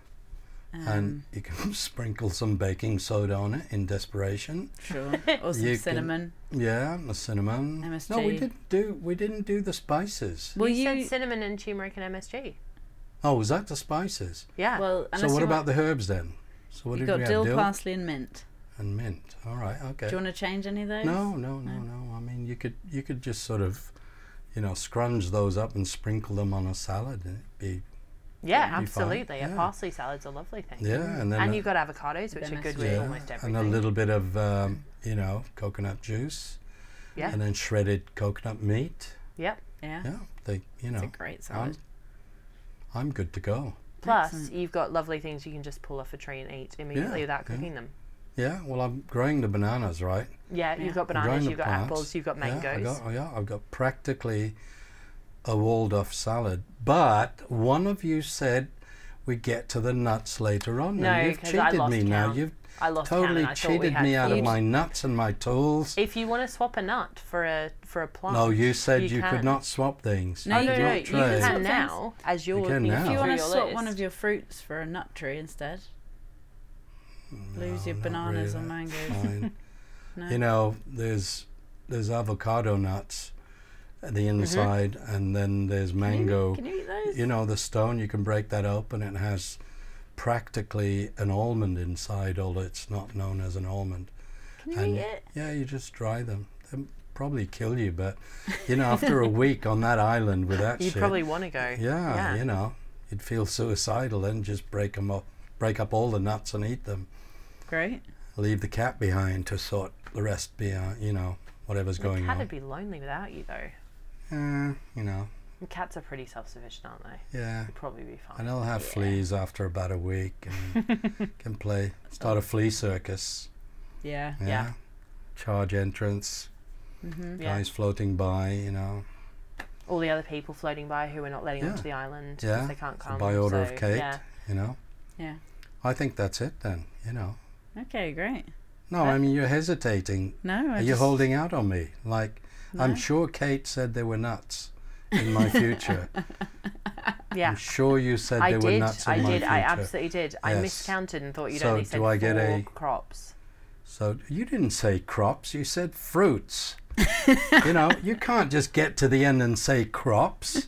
S4: Um,
S3: and you can (laughs) sprinkle some baking soda on it in desperation.
S4: sure. (laughs) Or some
S3: You can-
S4: cinnamon.
S3: Yeah, the cinnamon. No, we
S4: MSG.
S3: didn't do we didn't do the spices.
S4: Well,
S2: you,
S4: you.
S2: said cinnamon and turmeric and MSG.
S3: Oh, was that the spices?
S2: Yeah.
S4: well, unless
S3: so what
S4: you
S3: about the herbs then? So what
S4: you
S3: did we
S4: got
S3: have?
S4: dill, parsley, and mint.
S3: and mint. All right, okay.
S4: Do you want to change any of those?
S3: no, no, no, no. I mean, you could you could just sort of, you know, scrunge those up and sprinkle them on a salad. And it'd be
S2: yeah,
S3: fine.
S2: absolutely. A
S3: Yeah.
S2: parsley salad's a lovely thing.
S3: yeah, and then
S2: And
S3: a-
S2: you've got avocados, which
S4: Then
S2: are
S4: I
S2: good
S4: see.
S2: with
S4: Yeah,
S2: almost
S3: and
S2: everything.
S3: a little bit of um, you know coconut juice,
S2: Yeah.
S3: and then shredded coconut meat.
S2: Yep.
S4: Yeah.
S3: Yeah, they you
S4: It's a
S3: know
S4: great
S3: I'm,
S4: salad.
S3: I'm good to go.
S2: Plus,
S4: Excellent.
S2: you've got lovely things you can just pull off a tree and eat immediately
S3: Yeah,
S2: without
S3: yeah.
S2: cooking them.
S3: Yeah, well, I'm growing the bananas, right?
S2: Yeah,
S4: Yeah.
S2: you've got
S3: I'm growing
S2: bananas,
S3: the
S2: you've got
S3: plants.
S2: apples, you've got
S3: Yeah, I
S2: mangoes.
S3: got, oh, yeah, I've got practically a Waldorf salad. But one of you said we get to the nuts later on. and
S2: No,
S3: you've
S2: 'cause I
S3: cheated
S2: lost
S3: me now.
S2: count.
S3: You've
S2: I lost count
S3: totally
S2: and I thought we
S3: cheated
S2: had
S3: me out of
S2: food.
S3: my nuts and my tools.
S2: If you want to swap a nut for a for a plant,
S3: No, you said you, could
S2: can. Oh,
S3: not swap things.
S4: No,
S3: you
S2: No,
S3: could
S2: no,
S3: not
S2: no. You
S3: trade.
S4: swap
S2: can
S4: things.
S2: now, as you're
S3: You can
S2: working
S3: now.
S4: If you
S2: through
S4: want
S2: your
S4: to swap
S2: list.
S4: one of your fruits for a nut tree instead, lose your
S3: not
S4: bananas
S3: really.
S4: or mangoes. (laughs)
S3: Fine.
S4: No.
S3: You know, there's there's avocado nuts at the inside, and then there's mango.
S4: Mm-hmm. Can you eat those?
S3: you know the stone you can break that open it has practically an almond inside although it's not known as an almond
S4: Can you
S3: and
S4: eat it?
S3: yeah you just dry them they'll probably kill you
S4: (laughs)
S3: but you know after a week on that island with that
S2: You'd
S3: shit
S2: probably want to go.
S3: yeah,
S2: yeah.
S3: you know you'd feel suicidal and just break 'em up break up all the nuts and eat them
S4: Great.
S3: leave the cat behind to sort the rest behind you know whatever's going
S2: Cat'd
S3: on
S2: be lonely without you though.
S3: Eh, you know
S2: And Cats are pretty self-sufficient, aren't they?
S3: yeah
S2: They'd probably be fine.
S3: And they'll have fleas after about a week
S2: (laughs)
S3: and can play, start a flea circus.
S4: Yeah.
S3: Yeah.
S2: Yeah.
S3: Charge entrance,
S4: Mm-hmm.
S2: Yeah.
S3: guys floating by, you know.
S2: All the other people floating by who are not letting
S3: Yeah.
S2: onto the island because
S3: Yeah.
S2: they can't come.
S3: By order of
S2: so,
S3: Kate,
S2: Yeah.
S3: you know.
S4: Yeah.
S3: I think that's it then, you know.
S4: Okay. Great.
S3: No, I mean, you're hesitating.
S4: No. I
S3: Are you
S4: just-
S3: holding out on me? Like, I'm
S4: No?
S3: sure Kate said they were nuts in my
S2: (laughs)
S3: future.
S2: Yeah.
S3: I'm sure you said
S2: I
S3: they were
S2: did.
S3: nuts in
S2: I
S3: my
S2: did.
S3: future.
S2: I absolutely did. I
S3: Yes.
S2: miscounted and thought you'd
S3: So
S2: only said
S3: do
S2: four
S3: I get a-
S2: crops.
S3: So you didn't say crops, you said
S4: (laughs)
S3: fruits. you know, you can't just get to the end and say
S4: (laughs)
S3: crops.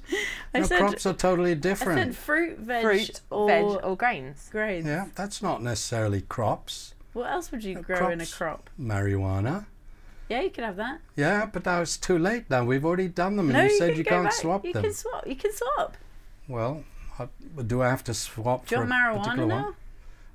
S1: I
S3: No,
S1: said-
S3: crops are totally
S4: I said
S3: different.
S4: fruit, veg,
S2: Fruit,
S4: or
S2: veg, or grains.
S4: grains.
S3: Yeah, that's not necessarily crops.
S4: What else would you
S3: Uh,
S4: grow in a
S3: crops.
S4: crop?
S3: Marijuana.
S4: Yeah, you could have that.
S3: Yeah, but now it's too late now. We've already done them and
S4: no,
S3: you said
S4: can
S3: you
S4: go
S3: can't
S4: back.
S3: swap
S4: you
S3: them.
S4: Can swap. You can swap.
S3: Well, I, do I have to swap
S4: Do you
S3: for
S4: want
S3: a particular one?
S4: marijuana now?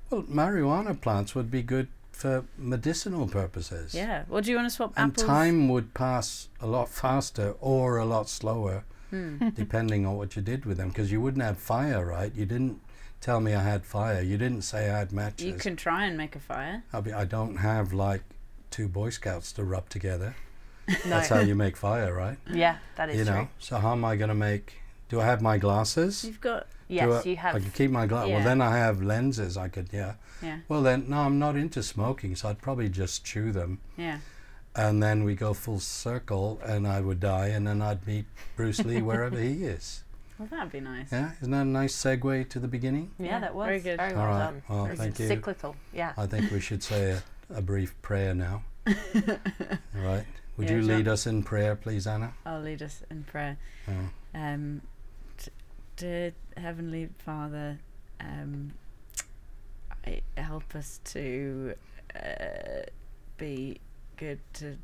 S3: Well, marijuana plants would be good for medicinal purposes.
S4: Yeah. Well, do you want to swap
S3: And
S4: apples?
S3: time would pass a lot faster or a lot slower,
S4: Hmm. (laughs)
S3: depending on what you did with them. Because you wouldn't have fire, right? You didn't tell me I had fire. You didn't say I had matches.
S4: You can try and make a fire.
S3: I, mean, I don't have like two Boy Scouts to rub together.
S2: No.
S3: That's how you make fire, right?
S2: (laughs) yeah, that is
S3: you know.
S2: true.
S3: So how am I going to make? Do I have my glasses?
S4: You've got.
S2: Yes,
S3: Do I,
S2: you have.
S3: I could keep my glass.
S4: yeah.
S3: Well, then I have lenses. I could, yeah.
S4: Yeah.
S3: Well, then, no, I'm not into smoking, so I'd probably just chew them.
S4: Yeah.
S3: And then we go full circle, and I would die, and then I'd meet Bruce
S2: (laughs)
S3: Lee wherever he is.
S4: Well, that'd be nice.
S3: Yeah, isn't that a nice segue to the beginning?
S2: yeah,
S4: Yeah,
S2: that was
S4: very
S2: very,
S4: good.
S2: well
S3: All right,
S2: done.
S3: well,
S2: Very
S3: thank
S2: good.
S3: you.
S2: Cyclical. Yeah.
S3: I think we should say a, a brief
S2: (laughs)
S3: prayer now. All right. Would
S4: Yeah,
S3: you
S4: sure.
S3: lead us in prayer, please, Anna? Oh,
S4: I'll lead us in prayer.
S3: Yeah.
S4: Um, d- dear Heavenly Father, um, I, help us to uh, be good to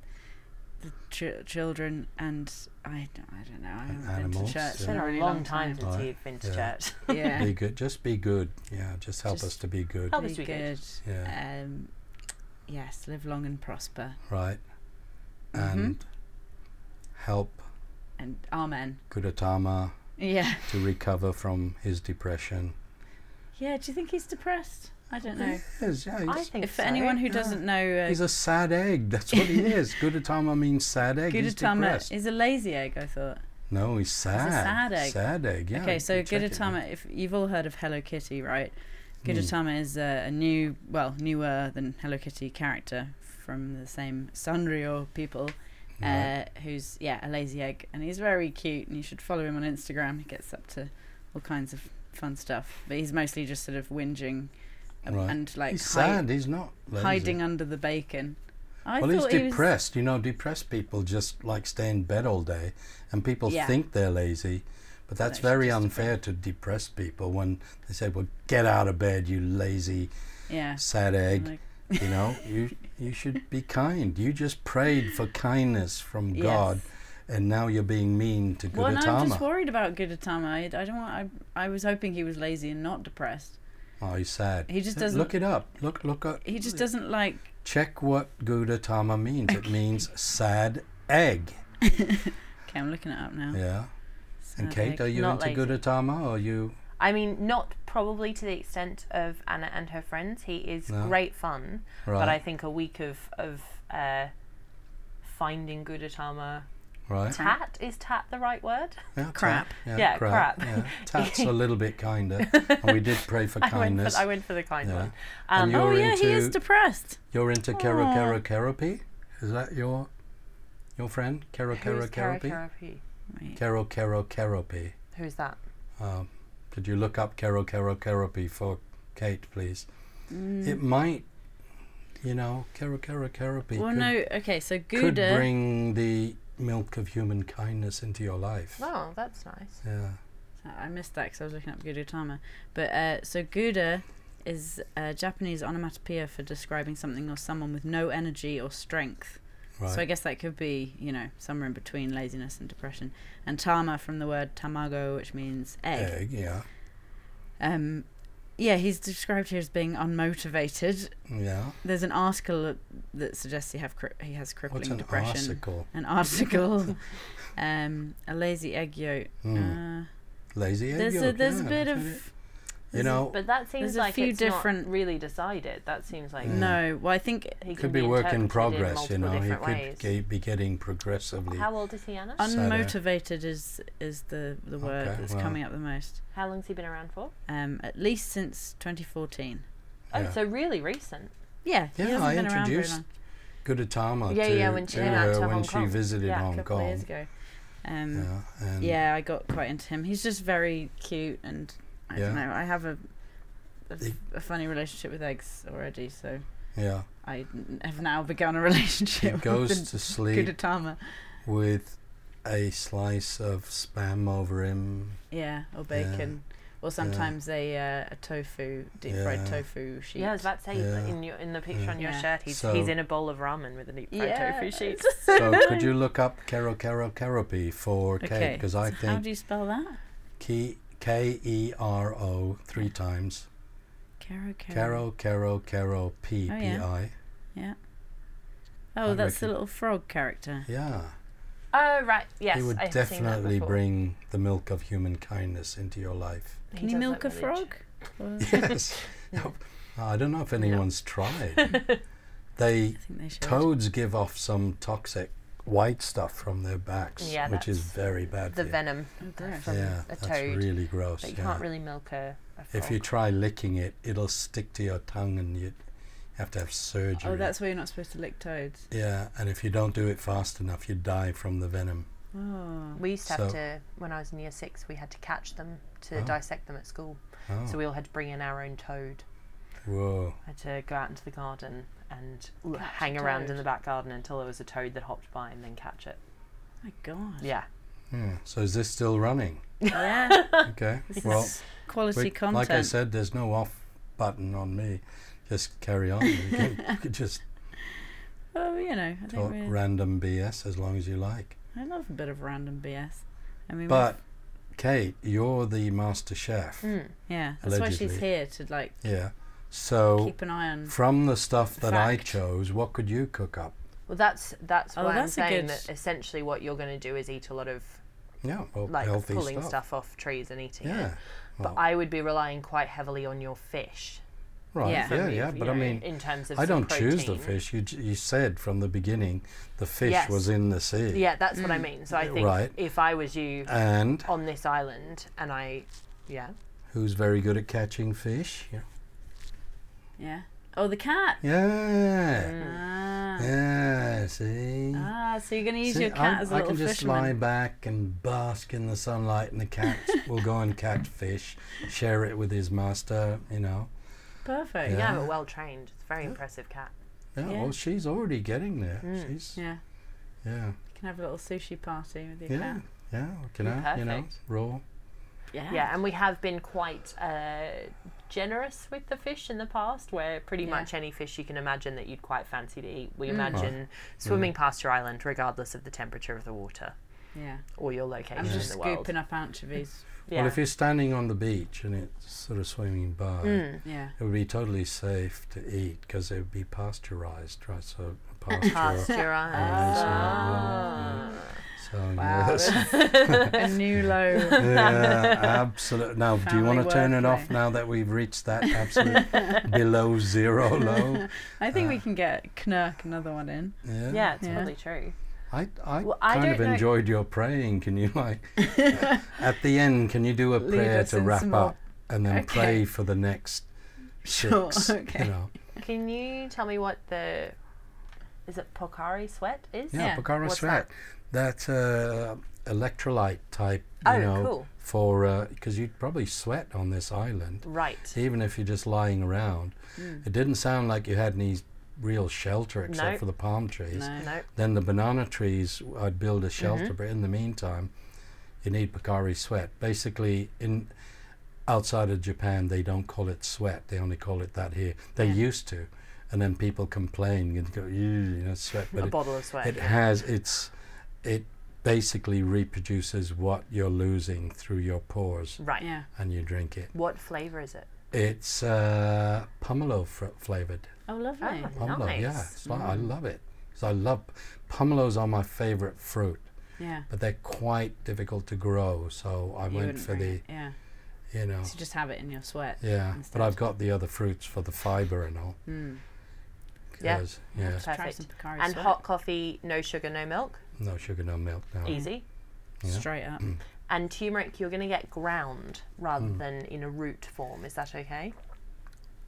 S4: the ch- children and I, d- I don't know. I
S3: And
S4: haven't been
S3: animals,
S4: to church
S3: yeah.
S2: It's been
S4: in
S2: a
S4: a really
S2: long time since
S3: Right,
S2: you've been to
S3: yeah.
S2: church.
S3: (laughs)
S4: yeah,
S3: Be good. Just be good. Yeah. Just help us
S4: Just-
S3: to be good.
S2: Help
S4: be
S2: us to be good.
S4: good.
S3: Yeah.
S4: Um, yes, live long and prosper.
S3: Right.
S2: Mm-hmm.
S4: Mhm.
S3: And help
S4: And Amen.
S3: Kudatama
S4: Yeah,
S3: to recover from his depression.
S4: yeah. Do you think he's depressed? I don't know.
S3: He is, yeah,
S2: I
S3: he's,
S2: think
S4: If
S2: so.
S4: for anyone who
S3: yeah.
S4: doesn't know, uh,
S3: he's a sad egg. That's what he
S4: (laughs)
S3: is. Gudetama means sad egg. he's
S4: Gudetama
S3: depressed.
S4: is a lazy egg, I thought.
S3: no, he's sad.
S4: sad egg.
S3: Sad egg. Yeah.
S4: okay, so
S3: you check it.
S4: Gudetama, if you've all heard of Hello Kitty, right?
S3: Hmm.
S4: Gudetama is a, a new, well, newer than Hello Kitty character from the same Sanrio people,
S3: Right.
S4: uh, who's yeah a lazy egg, and he's very cute, and you should follow him on Instagram. He gets up to all kinds of fun stuff, but he's mostly just sort of whinging ab-
S3: Right.
S4: and like
S3: he's
S4: hi-
S3: sad. He's not lazy.
S4: hiding under the bacon. I
S3: well, he's
S4: thought he was-
S3: depressed. You know, depressed people just like stay in bed all day, and people
S4: Yeah.
S3: think they're lazy, but that's
S4: he's
S3: very
S4: just
S3: unfair to depressed people when they say, "Well, get out of bed, you lazy
S4: yeah.
S3: sad egg."
S4: Like,
S3: (laughs) you know, you you should be kind. You just prayed for kindness from
S4: Yes.
S3: God, and now you're being mean to
S4: Well, and I'm
S3: Gudetama.
S4: just worried about Gudetama. I, I don't want. I, I was hoping he was lazy and not depressed.
S3: oh, he's sad.
S4: He just
S3: Look-
S4: doesn't-
S3: look it up. Look look up.
S4: He just doesn't like.
S3: Check what Gudetama means. It means sad egg.
S4: Okay, I'm looking it up now.
S3: Yeah. And
S4: Sad
S3: Kate,
S4: egg.
S3: are you
S2: Not
S3: into
S2: lazy.
S3: Gudetama or you?
S2: I mean, not probably to the extent of Anna and her friends. He is
S3: No.
S2: great fun,
S3: Right.
S2: but I think a week of of uh, finding Gudetama.
S4: Mm-hmm.
S3: right.
S2: Tat is tat the right word? (laughs)
S3: Yeah,
S4: Crap.
S3: tat.
S2: Yeah, crap.
S3: Yeah. Tat's a little bit kinder, and we did pray for
S2: I went
S3: kindness.
S2: for I went for the kind
S3: Yeah.
S2: one.
S3: And
S2: Um,
S4: Oh
S3: You're
S4: yeah, he is
S3: into-
S4: depressed.
S3: You're into Kero
S4: Aw.
S3: Kero Keropi? Is that your your friend? Kero Kero
S2: oh, who's Kara
S3: Keropi?
S2: Karapi?
S4: Wait,
S3: Kero Kero Keropi.
S2: Who's that?
S3: Um, could you look up Kero Kero Keropi for Kate, please?
S4: mm.
S3: It might, you know, Kero Kero Keropi
S4: well,
S3: could,
S4: no. Okay, so
S3: could
S4: Gouda.
S3: bring the milk of human kindness into your life.
S2: Oh, that's nice.
S3: Yeah.
S4: I missed that because I was looking up Gudetama. But uh, so Gouda is a Japanese onomatopoeia for describing something or someone with no energy or strength.
S3: Right.
S4: So I guess that could be, you know, somewhere in between laziness and depression. And tama from the word tamago, which means egg.
S3: Egg, yeah.
S4: Um, yeah, he's described here as being unmotivated.
S3: Yeah.
S4: There's an article that suggests he have cri- he has crippling
S3: What's an
S4: depression.
S3: arsicle?
S4: An article, (laughs) um, a lazy egg yolk.
S3: Hmm.
S4: Uh,
S3: Lazy egg.
S4: there's a
S3: yolk,
S4: there's a
S3: yeah,
S4: bit
S3: that's
S4: of
S3: what it- You know,
S2: But that
S4: There's
S2: seems
S4: a
S2: like
S4: few
S2: it's
S4: different-
S2: not really decided. That seems like
S3: Yeah.
S4: Uh, no. Well, I think
S2: he
S3: could be work in
S2: interpreted
S3: progress,
S2: multiple
S3: you know. He
S2: different
S3: could
S2: ways.
S3: ge- be getting progressively.
S2: How old is he, Anna?
S4: Uh,
S3: Um, Sad egg.
S4: unmotivated is is the the word
S3: Okay,
S4: that's
S3: well.
S4: coming up the most.
S2: How long's he been around for?
S4: Um, at least since 2014.
S2: Oh,
S3: Yeah.
S2: so really recent.
S4: Yeah, he
S3: Yeah,
S4: hasn't
S3: I
S4: been around very
S3: introduced
S4: long.
S3: Gudetama
S2: Yeah,
S3: to,
S2: yeah, when she
S3: to
S2: came out
S3: her
S2: to
S3: when
S2: Hong
S3: she
S2: Kong.
S3: visited
S2: Yeah, a
S4: a
S3: Hong
S4: couple of years
S3: Kong.
S4: ago. Um,
S3: Yeah, and
S4: yeah, I got quite into him. He's just very cute, and I don't
S3: Yeah.
S4: know. I have a a, f-
S3: He-
S4: a funny relationship with eggs already, so (laughs)
S3: yeah,
S4: I n- have now begun a (laughs)
S3: he
S4: relationship.
S3: goes
S4: with
S3: to
S4: the
S3: sleep
S4: Kudetama.
S3: with a slice of spam over
S4: (laughs)
S3: him.
S4: Yeah,
S3: Yeah.
S4: or bacon, or sometimes a uh, a tofu deep
S3: Yeah.
S4: fried tofu sheet.
S2: Yeah, I was about to say
S3: Yeah.
S2: in your in the picture
S3: Yeah.
S2: on your
S4: Yeah.
S2: shirt, he's
S3: So-
S2: he's in a bowl of ramen with a deep fried
S4: Yeah,
S2: tofu sheet.
S3: So could you look up Kero Kero Keropi for cake?
S4: Okay,
S3: Because I
S4: (laughs) How
S3: think
S4: do you spell that?
S3: K K E R O three times.
S4: Caro Caro.
S3: Kero Kero Kero P P
S4: Oh, yeah.
S3: I.
S4: Oh,
S3: I
S4: that's
S3: reckon.
S4: the little frog character.
S3: Yeah.
S2: Oh right, yes,
S3: he would
S2: I have
S3: definitely
S2: seen that before.
S3: bring the milk of human kindness into your
S4: (laughs)
S3: life.
S2: He
S4: Can you
S2: does
S4: milk a
S2: that really
S4: frog? Or-
S3: yes. I don't know if anyone's tried.
S4: (laughs)
S3: They
S4: I think they should.
S3: toads give off some toxic white stuff from their backs,
S2: Yeah,
S3: which is
S2: that's
S3: very bad.
S2: The
S3: for you.
S2: venom,
S4: Oh, gross.
S2: from
S3: yeah,
S2: a
S3: that's
S2: toad,
S3: really gross.
S2: but you
S3: yeah.
S2: can't really milk a, a frog.
S3: if you try licking it, it'll stick to your tongue, and you have to have surgery.
S4: Oh, that's why you're not supposed to lick toads.
S3: yeah, and if you don't do it fast enough, you die from the venom.
S4: Oh.
S2: we used to have
S3: So-
S2: to when I was in year six, we had to catch them to
S3: Oh.
S2: dissect them at school.
S3: Oh,
S2: So we all had to bring in our own toad.
S3: whoa!
S2: I had to go out into the garden and l-
S4: Catch a
S2: hang around in
S4: toad.
S2: the back garden until there was a toad that hopped by and then catch it.
S4: My God.
S2: Yeah.
S3: Yeah. Hmm. So is this
S2: (laughs)
S3: still running?
S4: Yeah.
S3: Okay. well,
S4: It's quality
S3: Wait,
S4: content.
S3: Like I said, there's no off button on me. Just carry on. You
S2: (laughs)
S3: can, you can just
S4: Oh, well, you know, I
S3: talk
S4: think we.
S3: random BS as long as you like.
S4: I love a bit of random BS. I mean,
S3: But Kate, you're the master chef.
S2: Mm.
S4: we've- yeah, that's why she's
S3: allegedly. Oh.
S4: here to like
S3: Yeah. So
S4: keep an eye on.
S3: from the stuff that I
S4: Fact.
S3: chose, what could you cook up?
S2: Well, that's that's
S4: Oh,
S2: why
S4: that's a
S2: I'm saying
S4: good-
S2: that essentially what you're going to do is eat a lot of
S3: Yeah, well,
S2: like
S3: healthy
S2: pulling
S3: stuff.
S2: stuff. off trees and eating
S3: Yeah.
S2: it. But
S3: Well,
S2: I would be relying quite heavily on your fish.
S3: right.
S4: Yeah.
S3: Yeah,
S2: for
S3: yeah.
S2: me, you
S3: But I
S2: know,
S3: mean,
S2: in terms of
S3: I
S2: some
S3: don't choose the
S2: protein.
S3: fish. You j- you said from the beginning, the fish
S2: Yes.
S3: was in the sea.
S2: Yeah, that's what I mean. So I think
S3: Mm. Right.
S2: if I was you
S3: And
S2: on this island and I, yeah,
S3: who's very good at catching fish? Yeah.
S4: Yeah. Oh, the cat.
S3: Yeah.
S2: Mm.
S4: Ah.
S3: Yeah, see?
S4: Ah, so you're gonna use
S3: See,
S4: your cat
S3: I,
S4: as a
S3: I
S4: little
S3: can just lie
S4: fisherman.
S3: back and bask in the sunlight, and the cat will go and catch fish, share it with his master, you know.
S4: Perfect.
S2: yeah,
S4: Yeah.
S2: but well trained. It's a very impressive cat.
S3: Yeah,
S4: Yeah.
S3: well, she's already getting there. She's,
S4: Yeah.
S3: yeah,
S4: You can have a little sushi party with your
S3: yeah,
S4: cat.
S3: yeah, you know, you know,
S2: Perfect.
S3: raw.
S4: Yeah.
S2: Yeah, and we have been quite uh, generous with the fish in the past, where pretty
S4: Yeah. Mm.
S2: much any fish you can imagine that you'd quite fancy to eat, we imagine swimming
S3: Mm.
S2: past your island, regardless of the temperature of the water
S4: Yeah.
S2: or your location
S4: I'm just
S2: in the world.
S4: scooping up (laughs) anchovies.
S2: Yeah. Hmm.
S3: Well, if you're standing on the beach and it's sort of swimming by,
S2: Mm.
S4: Yeah.
S3: it would be totally safe to eat because it would be pasteurized, right? So pasteurized.
S2: Pasteurized.
S3: so
S4: Wow.
S3: yes.
S4: a new low.
S3: yeah, absolutely. Now, do you want to
S4: Family
S3: turn it off
S4: workload.
S3: now that we've reached that absolute below zero low?
S4: I think
S3: Uh.
S4: we can get Knurk another one in.
S3: Yeah.
S2: Yeah, it's
S4: (laughs) Yeah.
S2: probably true.
S3: I, I
S2: Well, I
S3: kind
S2: don't
S3: of
S2: know-
S3: enjoyed your praying. Can you, like, at the end, can you do a
S4: Lead
S3: prayer
S4: us
S3: to
S4: in
S3: wrap
S4: some more.
S3: up and then
S4: Okay.
S3: pray for the next
S4: Sure,
S3: six?
S4: okay.
S3: You know?
S2: Can you tell me what the is it Pokari sweat is?
S3: Yeah,
S4: Yeah.
S3: Baccara
S2: What's
S3: Sweat. That uh, electrolyte type, you
S2: Oh,
S3: know,
S2: cool.
S3: for because you'd probably sweat on this island.
S2: Right.
S3: even if you're just lying around.
S4: Mm.
S3: It didn't sound like you had any real shelter except
S2: No.
S3: for the palm trees.
S4: No.
S2: No.
S3: Then the banana trees, I'd build a shelter, but in the meantime, you need Bakari sweat. Basically, in outside of Japan, they don't call it sweat; they only call it that here. They used to, and then people complain and go, "Ew," you know, sweat. But
S2: a
S3: it-
S2: bottle of sweat.
S3: it has it's it basically reproduces what you're losing through your pores,
S2: right.
S4: Yeah.
S3: and you drink it.
S2: What flavour is it?
S3: It's uh, pomelo fr- flavored.
S4: Oh, lovely.
S2: Oh.
S3: Pomelo, yeah.
S2: Nice.
S3: It's like, I love it. 'Cause I love pomelos are my favorite fruit,
S4: Yeah.
S3: but they're quite difficult to grow. So I went
S4: You wouldn't
S3: for
S4: bring
S3: the, Oh.
S4: it, yeah.
S3: you know,
S4: So just have it in your sweat.
S3: yeah.
S4: instead.
S3: But I've got the other fruits for the fiber and all.
S4: Mm.
S2: Yeah.
S3: 'cause,
S4: Have
S3: yeah.
S4: to Try
S2: Perfect.
S4: some Picari
S2: And
S4: sweat.
S2: hot coffee, no sugar, no milk.
S3: No sugar, no milk. No.
S2: Easy.
S3: yeah.
S4: Straight up.
S2: And turmeric, you're going to get
S3: Mm.
S2: ground rather than in a root form. Is that okay?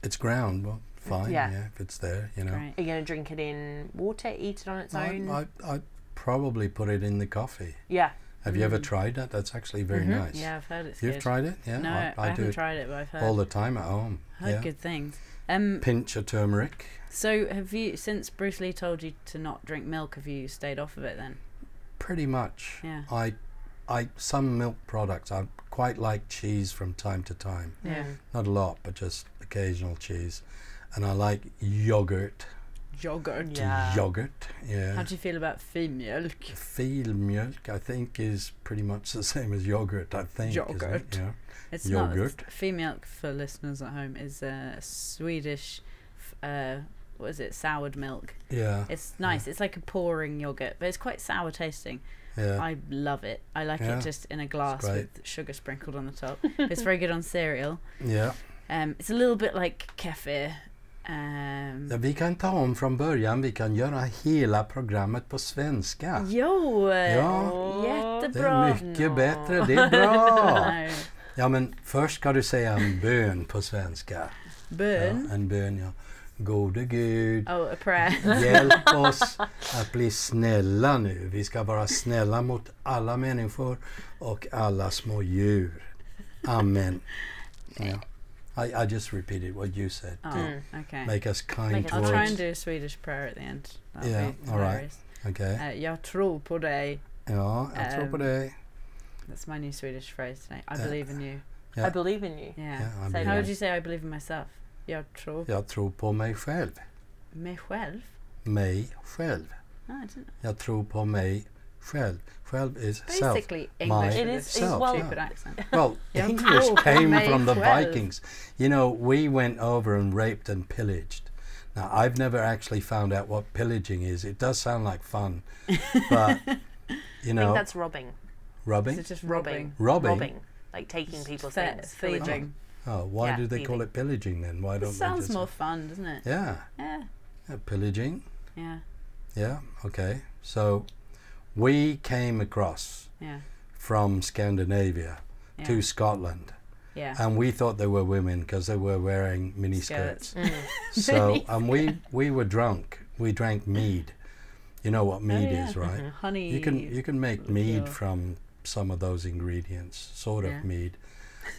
S3: It's ground. Well, fine.
S2: Yeah.
S3: Yeah. if it's there, you know.
S4: Great.
S2: Are you going to drink it in water, eat it on its own?
S3: I, I I probably put it in the coffee.
S2: yeah.
S3: Have you ever
S4: Mm. Mm-hmm.
S3: tried that? That's actually very
S2: Mhm.
S3: nice.
S4: Yeah, I've heard it's
S3: You've
S4: good.
S3: tried it? Yeah.
S4: no, I,
S3: I, I, do
S4: haven't
S3: it
S4: tried it, but I've heard,
S3: all the time at home.
S4: heard
S3: yeah.
S4: good things. Um,
S3: Pinch of turmeric.
S4: so have you since Bruce Lee told you to not drink milk? Have you stayed off of it then?
S3: Pretty much.
S4: Yeah.
S3: I I some milk products I quite like cheese from time to time.
S4: Yeah.
S2: Mm.
S3: Not a lot, but just occasional cheese. And I like yogurt.
S4: Yogurt.
S2: Yeah.
S3: Yogurt. Yeah.
S4: How do you feel about fee milk?
S3: Feel milk, I think, is pretty much the (laughs) same as yogurt. I think. isn't it?
S4: Yogurt.
S3: Yeah.
S4: It's
S3: Yogurt.
S4: not fee milk for listeners at home. Is uh, Swedish. f- Uh, what is it? Soured milk.
S3: Yeah.
S4: It's nice. It's like a pouring yogurt, but it's quite sour tasting.
S3: yeah.
S4: I love it. I like
S3: Yeah.
S4: it just in a glass
S3: great.
S4: with sugar sprinkled on the
S3: (laughs)
S4: top. it's very good on cereal.
S3: yeah.
S4: Um, it's a little bit like kefir. Um,
S3: Ja,
S4: (laughs)
S3: Vi kan ta om från början. Vi kan göra hela programmet på svenska.
S2: Mm.
S4: Jo!
S3: Ja. Det
S4: Jättebra!
S3: är mycket bättre. Det är
S4: (laughs)
S3: bra!
S4: Nej.
S3: Ja, men först ska du säga en bön på svenska.
S4: Bön.
S3: Ja, en bön, ja. Gode Gud,
S4: Oh, a
S3: (laughs)
S4: prayer.
S3: hjälp oss att bli snälla nu. Vi ska vara snälla mot alla människor och alla små djur. Amen. Ja. I, I just repeated what you said.
S4: Oh,
S2: Mm.
S4: okay.
S3: Make us kind
S2: Make us
S4: I'll try and
S3: towards...
S4: do a Swedish prayer at the end.
S3: Yeah,
S4: be
S3: all right.
S4: hilarious.
S3: Okej.
S4: Uh, jag tror på dig.
S3: Ja, jag tror på
S4: Um,
S3: dig.
S4: That's my new Swedish phrase tonight. I
S3: Yeah.
S4: believe in you.
S3: Yeah.
S2: I believe in you.
S4: Yeah.
S3: Ja, jag
S2: Say
S4: How
S3: blir-
S4: would you say I believe in myself? Jag tror
S3: Jag tror på mig själv.
S4: mig själv.
S3: Mig själv.
S4: No, I didn't.
S3: Jag tror på mig själv. Själv is
S4: (laughs)
S3: self.
S4: Basically English.
S3: my-
S4: with
S2: It
S4: a
S2: is- it's
S4: stupid
S2: well-
S4: accent.
S3: Well,
S4: Jag
S3: English
S4: tror på
S3: came
S4: mig
S3: from the
S4: själv.
S3: Vikings. You know, we went over and raped and pillaged. Now, I've never actually found out what pillaging is. It does sound like
S4: (laughs)
S3: fun, but you
S2: I think
S3: know,
S2: that's robbing.
S3: robbing.
S4: It's just
S2: Robbing.
S4: robbing.
S3: Robbing.
S2: Robbing. Like taking people's
S4: Thie-
S2: things.
S4: thieving.
S3: Oh, why
S2: Yeah,
S3: do they call it pillaging then? Why don't
S4: It
S3: they
S4: sounds
S3: just?
S4: more fun, doesn't it?
S3: yeah,
S4: Yeah.
S3: yeah, pillaging.
S4: Yeah.
S3: Yeah, okay. So, we came across
S4: Yeah.
S3: from Scandinavia
S4: Yeah.
S3: to Scotland.
S4: yeah.
S3: and we thought they were women because they were wearing mini
S4: Skirts.
S3: skirts.
S2: Mm.
S4: (laughs)
S3: so, and we we were drunk. We drank mead. You know what mead
S4: Oh, yeah. Mm-hmm.
S3: is, right?
S4: Honey.
S3: You can you can make mead
S4: Yeah.
S3: from some of those ingredients. Sort of
S4: Yeah.
S3: mead.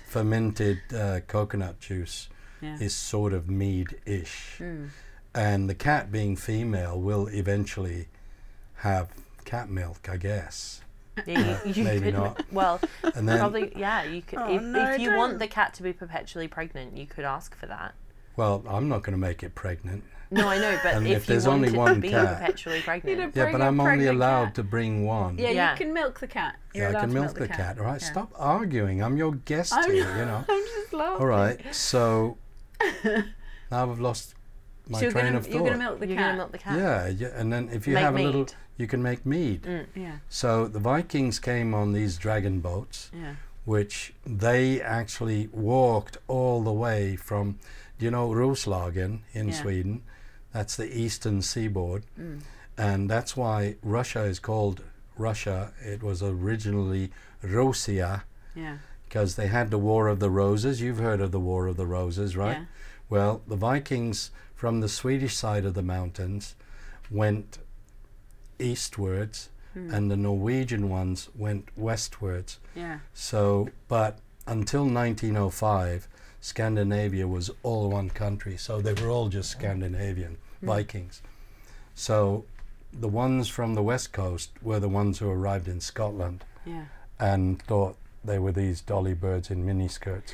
S3: Fermented uh, coconut juice
S4: yeah.
S3: is sort of mead-ish,
S4: Mm.
S3: and the cat being female will eventually have cat milk, I guess.
S2: Yeah, you, you
S3: Uh, Maybe
S2: could,
S3: not. (laughs) Um,
S2: Well,
S3: And then,
S2: probably, yeah. You could,
S4: Oh,
S2: if,
S4: no,
S2: if you
S4: don't.
S2: want the cat to be perpetually pregnant, you could ask for that.
S3: well, I'm not going to make it pregnant.
S2: No, I know,
S3: (laughs)
S2: but
S3: And
S2: if,
S3: if
S2: you
S3: there's
S2: want
S3: only
S2: it to
S3: one
S2: be
S3: cat-
S2: (laughs) perpetually pregnant,
S3: Yeah, but
S4: Bring a
S3: I'm only
S4: pregnant
S3: allowed
S4: cat.
S3: to bring one.
S4: Yeah,
S2: Yeah.
S4: you can milk the cat. You're
S3: Yeah, I
S4: allowed
S3: can
S4: to
S3: milk the cat. All right,
S4: Yeah. Oh,
S3: stop arguing. I'm your guest
S4: I'm-
S3: here, you know.
S4: (laughs) I'm just laughing.
S3: All right,
S4: (laughs)
S3: so now I've lost my
S4: so you're
S3: train
S4: gonna,
S3: of thought.
S4: You're going to milk the
S2: you're going to
S4: cat.
S2: milk the cat.
S3: yeah, yeah, and then if you
S2: Make
S3: have
S2: mead.
S3: a little, you can make mead.
S2: Mm.
S4: yeah.
S3: So the Vikings came on these dragon boats,
S4: Yeah.
S3: which they actually walked all the way from, do you know, Roslagen in
S4: Yeah.
S3: Sweden. That's the eastern seaboard.
S4: Mm.
S3: And that's why Russia is called Russia. It was originally Russia.
S4: Yeah.
S3: because they had the War of the Roses. You've heard of the War of the Roses, right?
S4: Yeah.
S3: Well, the Vikings from the Swedish side of the mountains went eastwards,
S4: Hmm.
S3: and the Norwegian ones went westwards.
S4: Yeah.
S3: So, but until 1905, Scandinavia was all one country, so they were all just Scandinavian Vikings. So, the ones from the west coast were the ones who arrived in Scotland
S4: Yeah.
S3: and thought they were these dolly birds in miniskirts.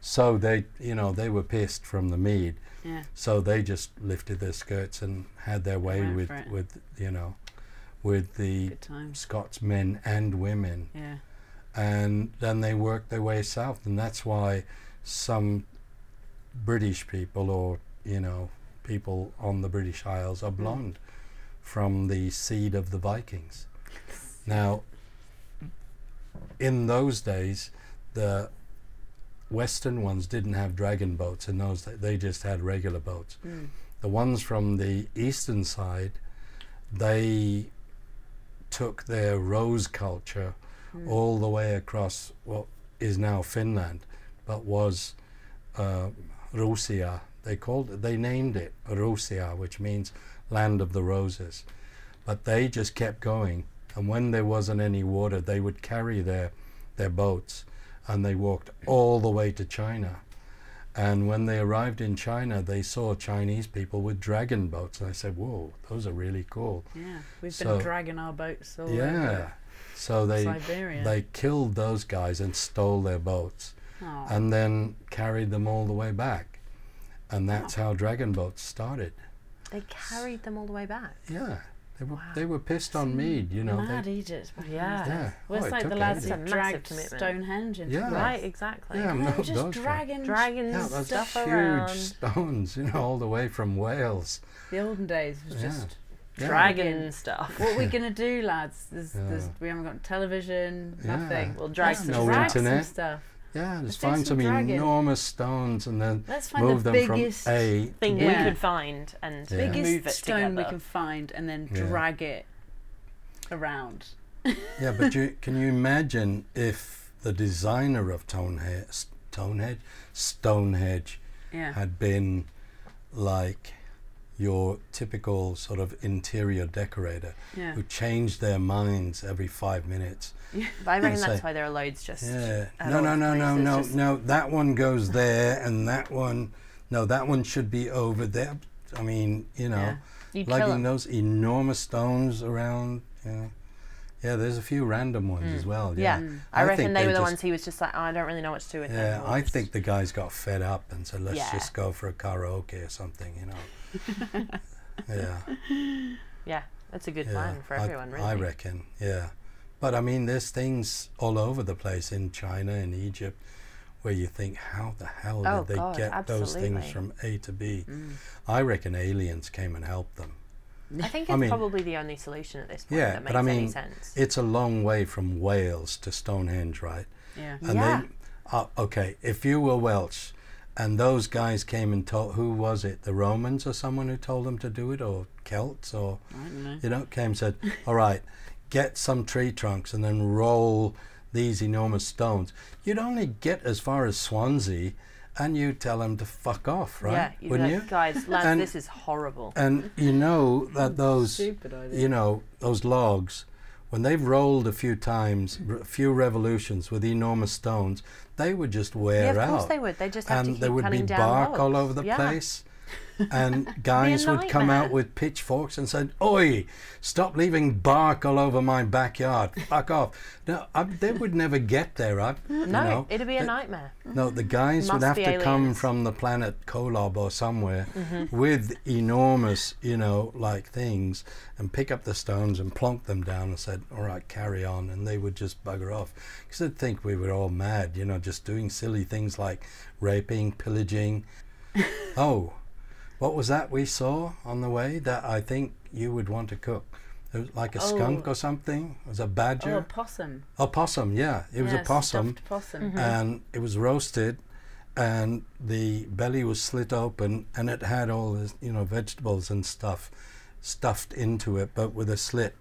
S3: So they, you know, they were pissed from the mead.
S4: Yeah.
S3: So they just lifted their skirts and had their way
S4: went
S3: with,
S4: for it.
S3: with, you know, with the
S4: Good times.
S3: Scots men and women.
S4: Yeah.
S3: And then they worked their way south, and that's why some British people, or you know, people on the British Isles, are blonde from the seed of the Vikings. Now, in those days, the Western ones didn't have dragon boats. In those, days, they just had regular boats.
S4: Mm.
S3: The ones from the eastern side, they took their rose culture
S4: Mm.
S3: all the way across what is now Finland, but was uh, Russia, They called it, they named it Rusia, which means land of the roses. But they just kept going. And when there wasn't any water, they would carry their, their boats and they walked all the way to China. And when they arrived in China, they saw Chinese people with dragon boats. And I said, Whoa, those are really cool.
S4: Yeah, we've
S3: So-
S4: been dragging our boats all
S3: yeah. So
S4: over
S3: they,
S4: Siberia.
S3: they killed those guys and stole their boats
S4: Aw.
S3: and then carried them all the way back. And that's how dragon boats started.
S2: They carried them all the way back.
S3: Yeah. They were,
S2: Wow.
S3: they were pissed on Mead, you know.
S4: Mad
S3: They,
S4: Egypt. back in the
S2: Yeah.
S4: day.
S3: yeah.
S4: Well,
S3: Oh,
S4: it's
S3: it
S4: like the
S3: took
S4: lads
S2: That's a
S3: ages.
S4: that
S2: massive
S4: dragged
S2: commitment.
S4: Stonehenge into
S3: Yeah.
S4: place.
S3: (laughs)
S2: Right, exactly.
S3: Yeah,
S4: They
S3: no,
S4: were just
S3: those guys.
S4: dragging
S2: Dragging
S3: Yeah, those
S2: stuff
S3: huge
S2: around.
S3: stones, you know, all the way from Wales.
S4: The olden days was
S3: Yeah.
S4: just
S3: Yeah.
S2: Dragon stuff.
S4: what we're gonna do, lads.
S3: (laughs)
S4: There's, there's,
S3: Yeah.
S4: we haven't got television,
S3: Yeah.
S4: nothing.
S2: We'll drag
S4: Let's
S2: some
S3: No
S4: drag
S2: stuff.
S4: some
S3: internet.
S4: stuff.
S3: Yeah, just
S4: do
S3: find
S4: some
S3: some
S4: dragon.
S3: enormous stones and then
S4: Let's find
S3: move
S4: the
S3: them from
S4: biggest,
S3: A to
S2: Thing
S3: B.
S4: Yeah.
S2: we could find and
S3: Yeah.
S4: biggest
S2: move it
S4: stone
S2: together.
S4: we can find, and then
S3: Yeah.
S4: drag it around.
S3: Yeah, but you, can you imagine if the designer of Tonehead, Tonehead, Stonehenge
S4: Yeah.
S3: had been like your typical sort of interior decorator
S4: Yeah.
S3: who changed their minds every five minutes?
S2: But
S3: (laughs)
S2: I reckon
S3: Say-
S2: that's why there are loads just.
S3: Yeah.
S2: at
S3: No,
S2: all
S3: no,
S2: the
S3: no, no,
S2: places,
S3: no,
S2: just-
S3: no. That one goes there, and that one, no, that one should be over there. I mean, you know,
S4: Yeah.
S2: You'd kill
S3: lugging
S2: 'em.
S3: those enormous stones around. You know. Yeah, there's a few random ones as well.
S2: Mm. Yeah,
S3: Yeah.
S2: I,
S3: I
S2: reckon
S3: think
S2: they,
S3: they
S2: were the
S3: just-
S2: ones he was just like, oh, I don't really know what to do with them.
S3: Yeah,
S2: We'll
S3: I
S2: just-
S3: think the guys got fed up and said, let's
S2: Yeah.
S3: just go for a karaoke or something, you know. yeah.
S2: Yeah, that's a good
S3: yeah.
S2: plan for
S3: I-
S2: everyone, really.
S3: I reckon, yeah. But I mean, there's things all over the place in China and Egypt where you think, how the hell
S2: Oh,
S3: did they
S2: God,
S3: get those things
S2: absolutely. Mm.
S3: from A to B? I reckon aliens came and helped them.
S2: I think
S3: I
S2: it's
S3: mean-
S2: probably the only solution at this point
S3: Yeah,
S2: that makes
S3: but I
S2: any
S3: mean,
S2: sense.
S3: It's a long way from Wales to Stonehenge, right?
S4: Yeah.
S2: Yeah.
S3: And then, uh, okay, if you were Welsh and those guys came and told, who was it? The Romans or someone who told them to do it, or Celts, or,
S4: I don't know.
S3: you know, came and said, all right, get some tree trunks and then roll these enormous stones. You'd only get as far as Swansea and you'd tell them to fuck off,
S2: Yeah,
S3: right?
S2: you'd be
S3: Wouldn't
S2: like,
S3: you?
S2: guys, lads,
S3: And-
S2: this is horrible.
S3: And you know that those
S4: Stupid idea.
S3: you know, those logs, when they've rolled a few times, r- a few revolutions with enormous stones, they would just wear
S2: yeah, of
S3: out.
S2: course they would. They just have to
S3: And
S2: keep
S3: there would be
S2: cutting down
S3: bark
S2: logs.
S3: all over the
S2: yeah. (laughs)
S3: place. And guys would come
S2: nightmare.
S3: out with pitchforks and said, Oi, stop leaving bark all over my backyard. Fuck off. No, I, they would never get there. I,
S2: No,
S3: you know.
S2: it'd be a
S3: They-
S2: nightmare.
S3: no, the guys would
S2: Must
S3: have
S2: be
S3: to come
S2: aliens.
S3: from the planet Kolob or somewhere with enormous, you know, like things and pick up the stones and plonk them down and said, all right, carry on. And they would just bugger off because they'd think we were all mad, you know, just doing silly things like raping, pillaging. oh, what was that we saw on the way that I think you would want to cook? It was like a skunk
S4: Oh.
S3: or something? It was a
S4: Oh, a
S3: badger?
S4: possum.
S3: a possum, yeah. It was
S4: yeah,
S3: a possum
S4: stuffed possum.
S2: Mm-hmm.
S3: and it was roasted and the belly was slit open and it had all this you know vegetables and stuff stuffed into it but with a slit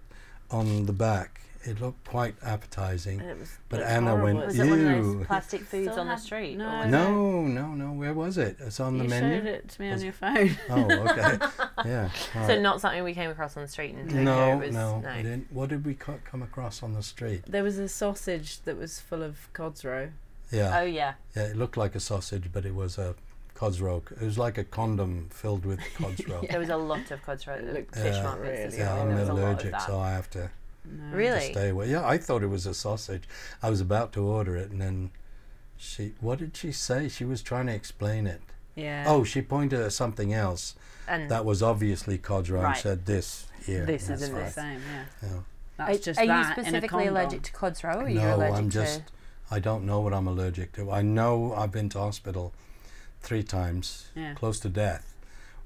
S3: on the back it looked quite appetizing
S2: Uh,
S4: It was.
S3: But
S4: looked
S3: Anna went,
S4: horrible.
S2: Was it one of
S3: Ew.
S2: those plastic foods
S4: Still
S2: on the
S4: have-
S2: street?
S4: no.
S2: or-
S4: I
S3: no no no where was it it's on the
S4: you
S3: menu
S4: showed it to me
S3: Was-
S4: on your phone. (laughs)
S3: oh okay
S2: (laughs)
S3: yeah all
S2: So
S3: right.
S2: not something we came across on the street in Tokyo.
S3: no
S2: it was,
S3: no, we didn't. what did we co- come across on the street
S4: There was a sausage that was full of codsroe.
S3: yeah
S2: Oh yeah,
S3: yeah it looked like a sausage but it was a codsro it was like a condom filled with
S2: (laughs)
S3: codsro
S2: there was a lot of cod right
S4: It
S2: at the
S4: looked
S2: fish
S3: Yeah.
S2: markets.
S4: really
S3: yeah
S2: and
S4: horrible.
S3: i'm
S2: there was a lot of
S3: allergic
S2: that.
S3: so i have to
S4: No.
S2: Really?
S3: to stay away. Yeah, I thought it was a sausage. I was about to order it, and then she. What did she say? She was trying to explain it.
S4: Yeah.
S3: oh, she pointed at something else
S2: And
S3: that was obviously codra and
S2: Right.
S3: said, "This here."
S2: This
S3: that's
S2: is in
S4: It's
S3: right."
S4: the same. Yeah.
S3: Yeah.
S4: That's just
S2: are
S4: that
S2: you
S4: in a
S2: specifically
S4: condom.
S2: allergic to cod's roe? Or are you
S3: No,
S2: allergic
S3: I'm
S2: to-
S3: just. I don't know what I'm allergic to. I know I've been to hospital three times,
S4: Yeah.
S3: close to death,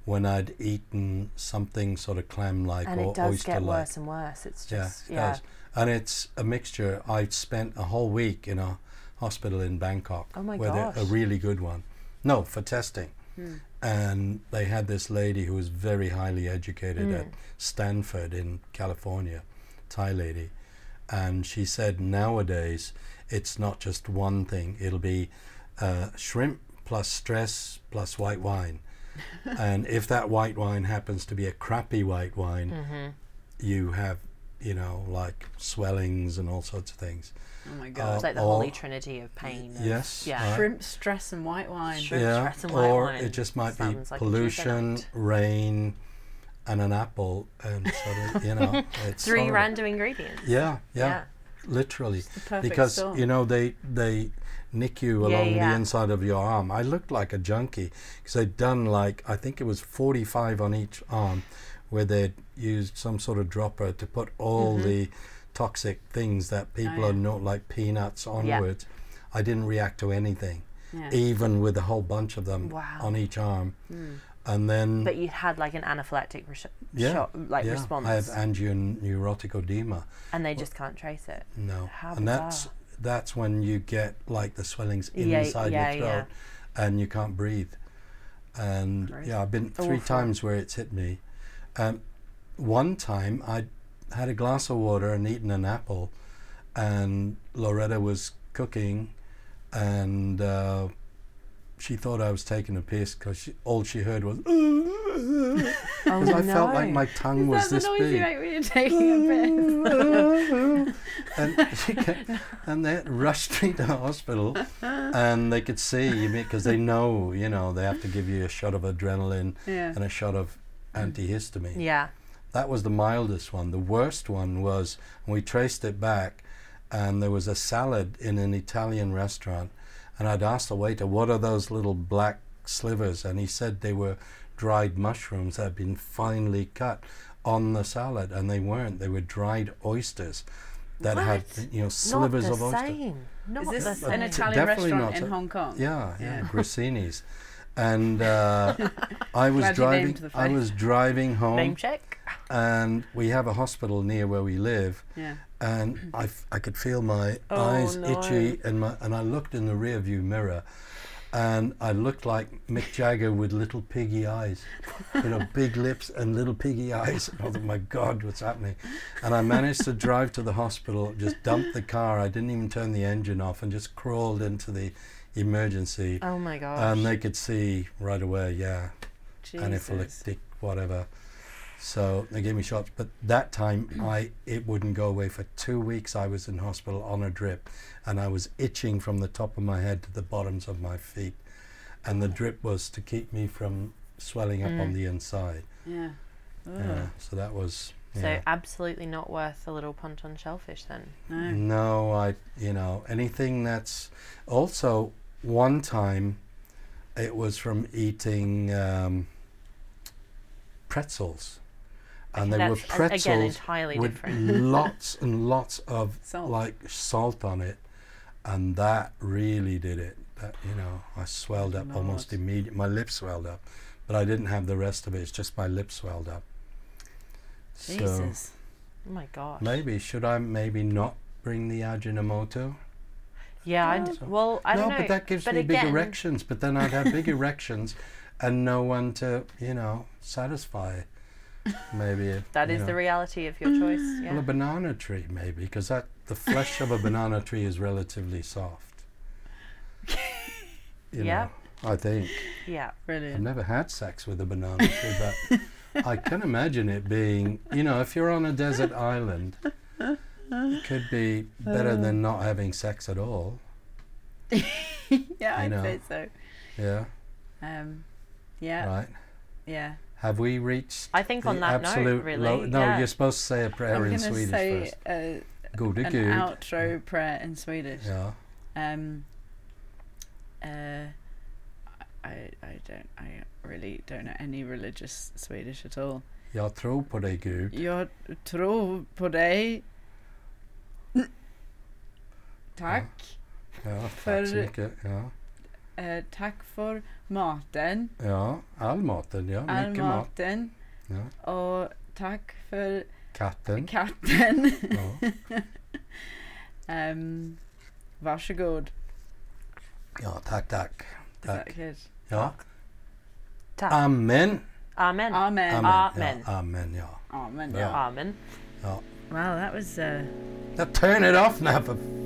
S3: when I'd eaten something sort of clam-like
S2: and
S3: or
S2: it does get
S3: oyster-like.
S2: worse and worse. It's
S3: Yeah,
S2: just
S3: it
S2: yeah.
S3: does. And it's a mixture. I spent a whole week in a hospital in Bangkok.
S2: Oh my
S3: where they're- A
S2: gosh.
S3: really good one. No, for testing.
S4: Hmm.
S3: And they had this lady who was very highly educated at
S2: Hmm.
S3: Stanford in California, Thai lady. And she said nowadays it's
S2: (laughs)
S3: not just one thing, it'll be uh, shrimp plus stress plus white wine. and if that white wine happens to be a crappy white wine,
S2: Mm-hmm.
S3: you have, you know, like swellings and all sorts of things.
S4: Oh my
S3: Uh,
S4: god.
S2: It's like the
S3: or-
S2: holy trinity of pain. and-
S3: Yes.
S2: Yeah.
S3: right.
S4: Shrimp stress and white wine.
S2: Shrimp
S3: yeah,
S2: stress and white
S3: or
S2: wine
S3: it just might be
S2: sounds like a Tuesday
S3: pollution,
S2: night.
S3: rain, and an apple, and suddenly, you
S2: (laughs)
S3: know, it's
S2: Three
S3: horrible.
S2: random ingredients.
S3: Yeah, yeah, literally,
S4: The perfect
S3: because
S4: storm.
S3: you know they they nick you
S2: Yeah,
S3: along
S2: yeah.
S3: the inside of your arm. I looked like a junkie because they'd done like I think it was forty five on each arm, where they'd used some sort of dropper to put all
S2: Mm-hmm.
S3: the toxic things
S2: Oh,
S3: that people
S4: yeah.
S3: are not like peanuts onwards. I didn't react to anything
S4: yeah.
S3: even with a whole bunch of them
S2: Wow.
S3: on each arm.
S4: Hmm.
S3: And then,
S2: But you had like an anaphylactic res-
S3: yeah,
S2: shock, like
S3: yeah,
S2: response,
S3: I have angioneurotic edema.
S2: and they just can't trace (laughs) it.
S3: No,
S2: How
S3: and that's
S2: bizarre.
S3: that's when you get like the swellings
S2: Yeah,
S3: inside
S2: yeah,
S3: your throat, and you can't breathe. And yeah, I've been three
S2: Awful.
S3: times where it's hit me. Um, one time I had a glass of water and eaten an apple, and Loretta was cooking, and uh, she thought I was taking a piss because all she heard was.
S4: (laughs)
S3: (laughs)
S2: Oh
S3: Because I felt like my tongue was
S4: That's the
S3: this
S4: noise you
S3: big.
S4: make (laughs) when you're taking
S3: (laughs)
S4: a piss.
S3: and, she kept, and they rushed me to hospital, and they could see because they know, you know, they have to give you a shot of adrenaline
S4: (laughs) Yeah.
S3: and a shot of antihistamine.
S2: Yeah.
S3: That was the mildest one. The worst one was, and we traced it back, and there was a salad in an Italian restaurant, and I'd asked the waiter, "What are those little black slivers?" And he said they were dried mushrooms that had been finely cut on the salad, and they weren't. They were dried oysters that had
S4: What?
S3: you know slivers
S2: Not
S3: of
S2: the
S3: oyster.
S2: same. Not
S4: Is
S2: the
S4: this
S2: same.
S4: an
S3: It's
S4: Italian
S3: definitely
S4: restaurant
S3: not
S4: in
S3: a-
S4: Hong Kong?
S3: Yeah, yeah,
S4: Yeah.
S3: Grassini's. And uh, I was
S4: Glad you named
S3: driving.
S4: the
S3: I
S4: place.
S3: was driving
S2: Name
S3: home,
S2: check.
S3: and we have a hospital near where we live,
S4: Yeah.
S3: and I, f- I could feel my
S2: Oh,
S3: eyes
S2: no.
S3: itchy and my and I looked in the rearview mirror and I looked like Mick Jagger with little piggy eyes you know big lips and little piggy eyes (laughs) and I thought my god what's happening and I managed to drive to the hospital just dumped the car I didn't even turn the engine off and just crawled into the emergency
S2: Oh my gosh.
S3: and they could see right away yeah
S4: Jesus.
S3: anaphylactic whatever. So they gave me shots, but that time I it wouldn't go away for two weeks. I was in hospital on a drip, and I was itching from the top of my head to the bottoms of my feet, and the drip was to keep me from swelling up on the inside.
S4: Yeah. Ugh,
S3: Yeah, so that was
S2: so
S3: yeah.
S2: absolutely not worth a little punt on shellfish then.
S3: Mm.
S4: No.
S3: No, I, you know, anything that's also one time it was from eating um, pretzels. And
S2: Okay,
S3: they were
S2: that's, a-
S3: pretzels
S2: again entirely
S3: with
S2: different. (laughs) Oh.
S3: lots and lots of
S4: Salt.
S3: like salt on it. And that really did it. That, you know, I swelled up almost
S4: Lord.
S3: immediately. My lips swelled up, but I didn't have the rest of it. It's just my lips swelled up. So,
S4: Jesus.
S2: Oh my gosh.
S3: Maybe should I maybe not bring the Ajinomoto?
S2: Yeah. I d-
S3: So-
S2: well, I
S3: no,
S2: don't know.
S3: but that gives
S2: but
S3: me big
S2: again-
S3: erections. But then
S2: (laughs)
S3: I'd have big erections, and no one to you know satisfy. Maybe
S2: (laughs) That
S3: you
S2: is
S3: know.
S2: the reality of your choice. Yeah.
S3: Well, a banana tree maybe because that the flesh of a banana tree is
S2: (laughs)
S3: relatively soft. You
S2: Yeah.
S3: know, I think
S2: yeah.
S3: I've
S4: Brilliant.
S3: never had sex with a banana tree, but I can imagine it being you know if you're on a desert island. It could be better than
S2: Uh.
S3: not having sex at all.
S4: Yeah,
S3: I
S4: I'd
S3: know.
S4: say so.
S3: Yeah,
S4: Um, yeah.
S3: right.
S4: Yeah.
S3: Have we reached
S2: I think
S3: The
S2: on that note,
S3: absolute
S2: really.
S3: low- no,
S2: yeah.
S3: you're supposed to say a prayer
S4: I'm
S3: in
S4: gonna
S3: Swedish
S4: say
S3: first.
S4: uh,
S3: Go to
S4: an
S3: Gud.
S4: outro prayer in Swedish.
S3: Yeah.
S4: Um, uh, I, I don't I really don't know any religious Swedish at all.
S3: Jag tror på dig Gud.
S4: Jag tror på dig. Tack.
S3: Ja,
S4: För-
S3: tack så mycket. Ja.
S4: Eh, tack för maten.
S3: ja, all maten. Ja,
S4: All
S3: mycket mat.
S4: maten.
S3: Ja.
S4: Och tack för
S3: Katten.
S4: katten. (laughs)
S2: (laughs)
S3: Ja.
S4: um, varsågod.
S3: ja, tack, tack.
S4: Is that
S3: Tack.
S4: good?
S3: Ja.
S2: Tack.
S3: Amen.
S2: Amen.
S4: Amen.
S3: Amen.
S4: Amen.
S2: Amen.
S3: Ja, amen, ja.
S4: Amen.
S3: Bra.
S2: Amen.
S3: ja.
S4: Wow, that was. Uh,
S3: Now turn it off now for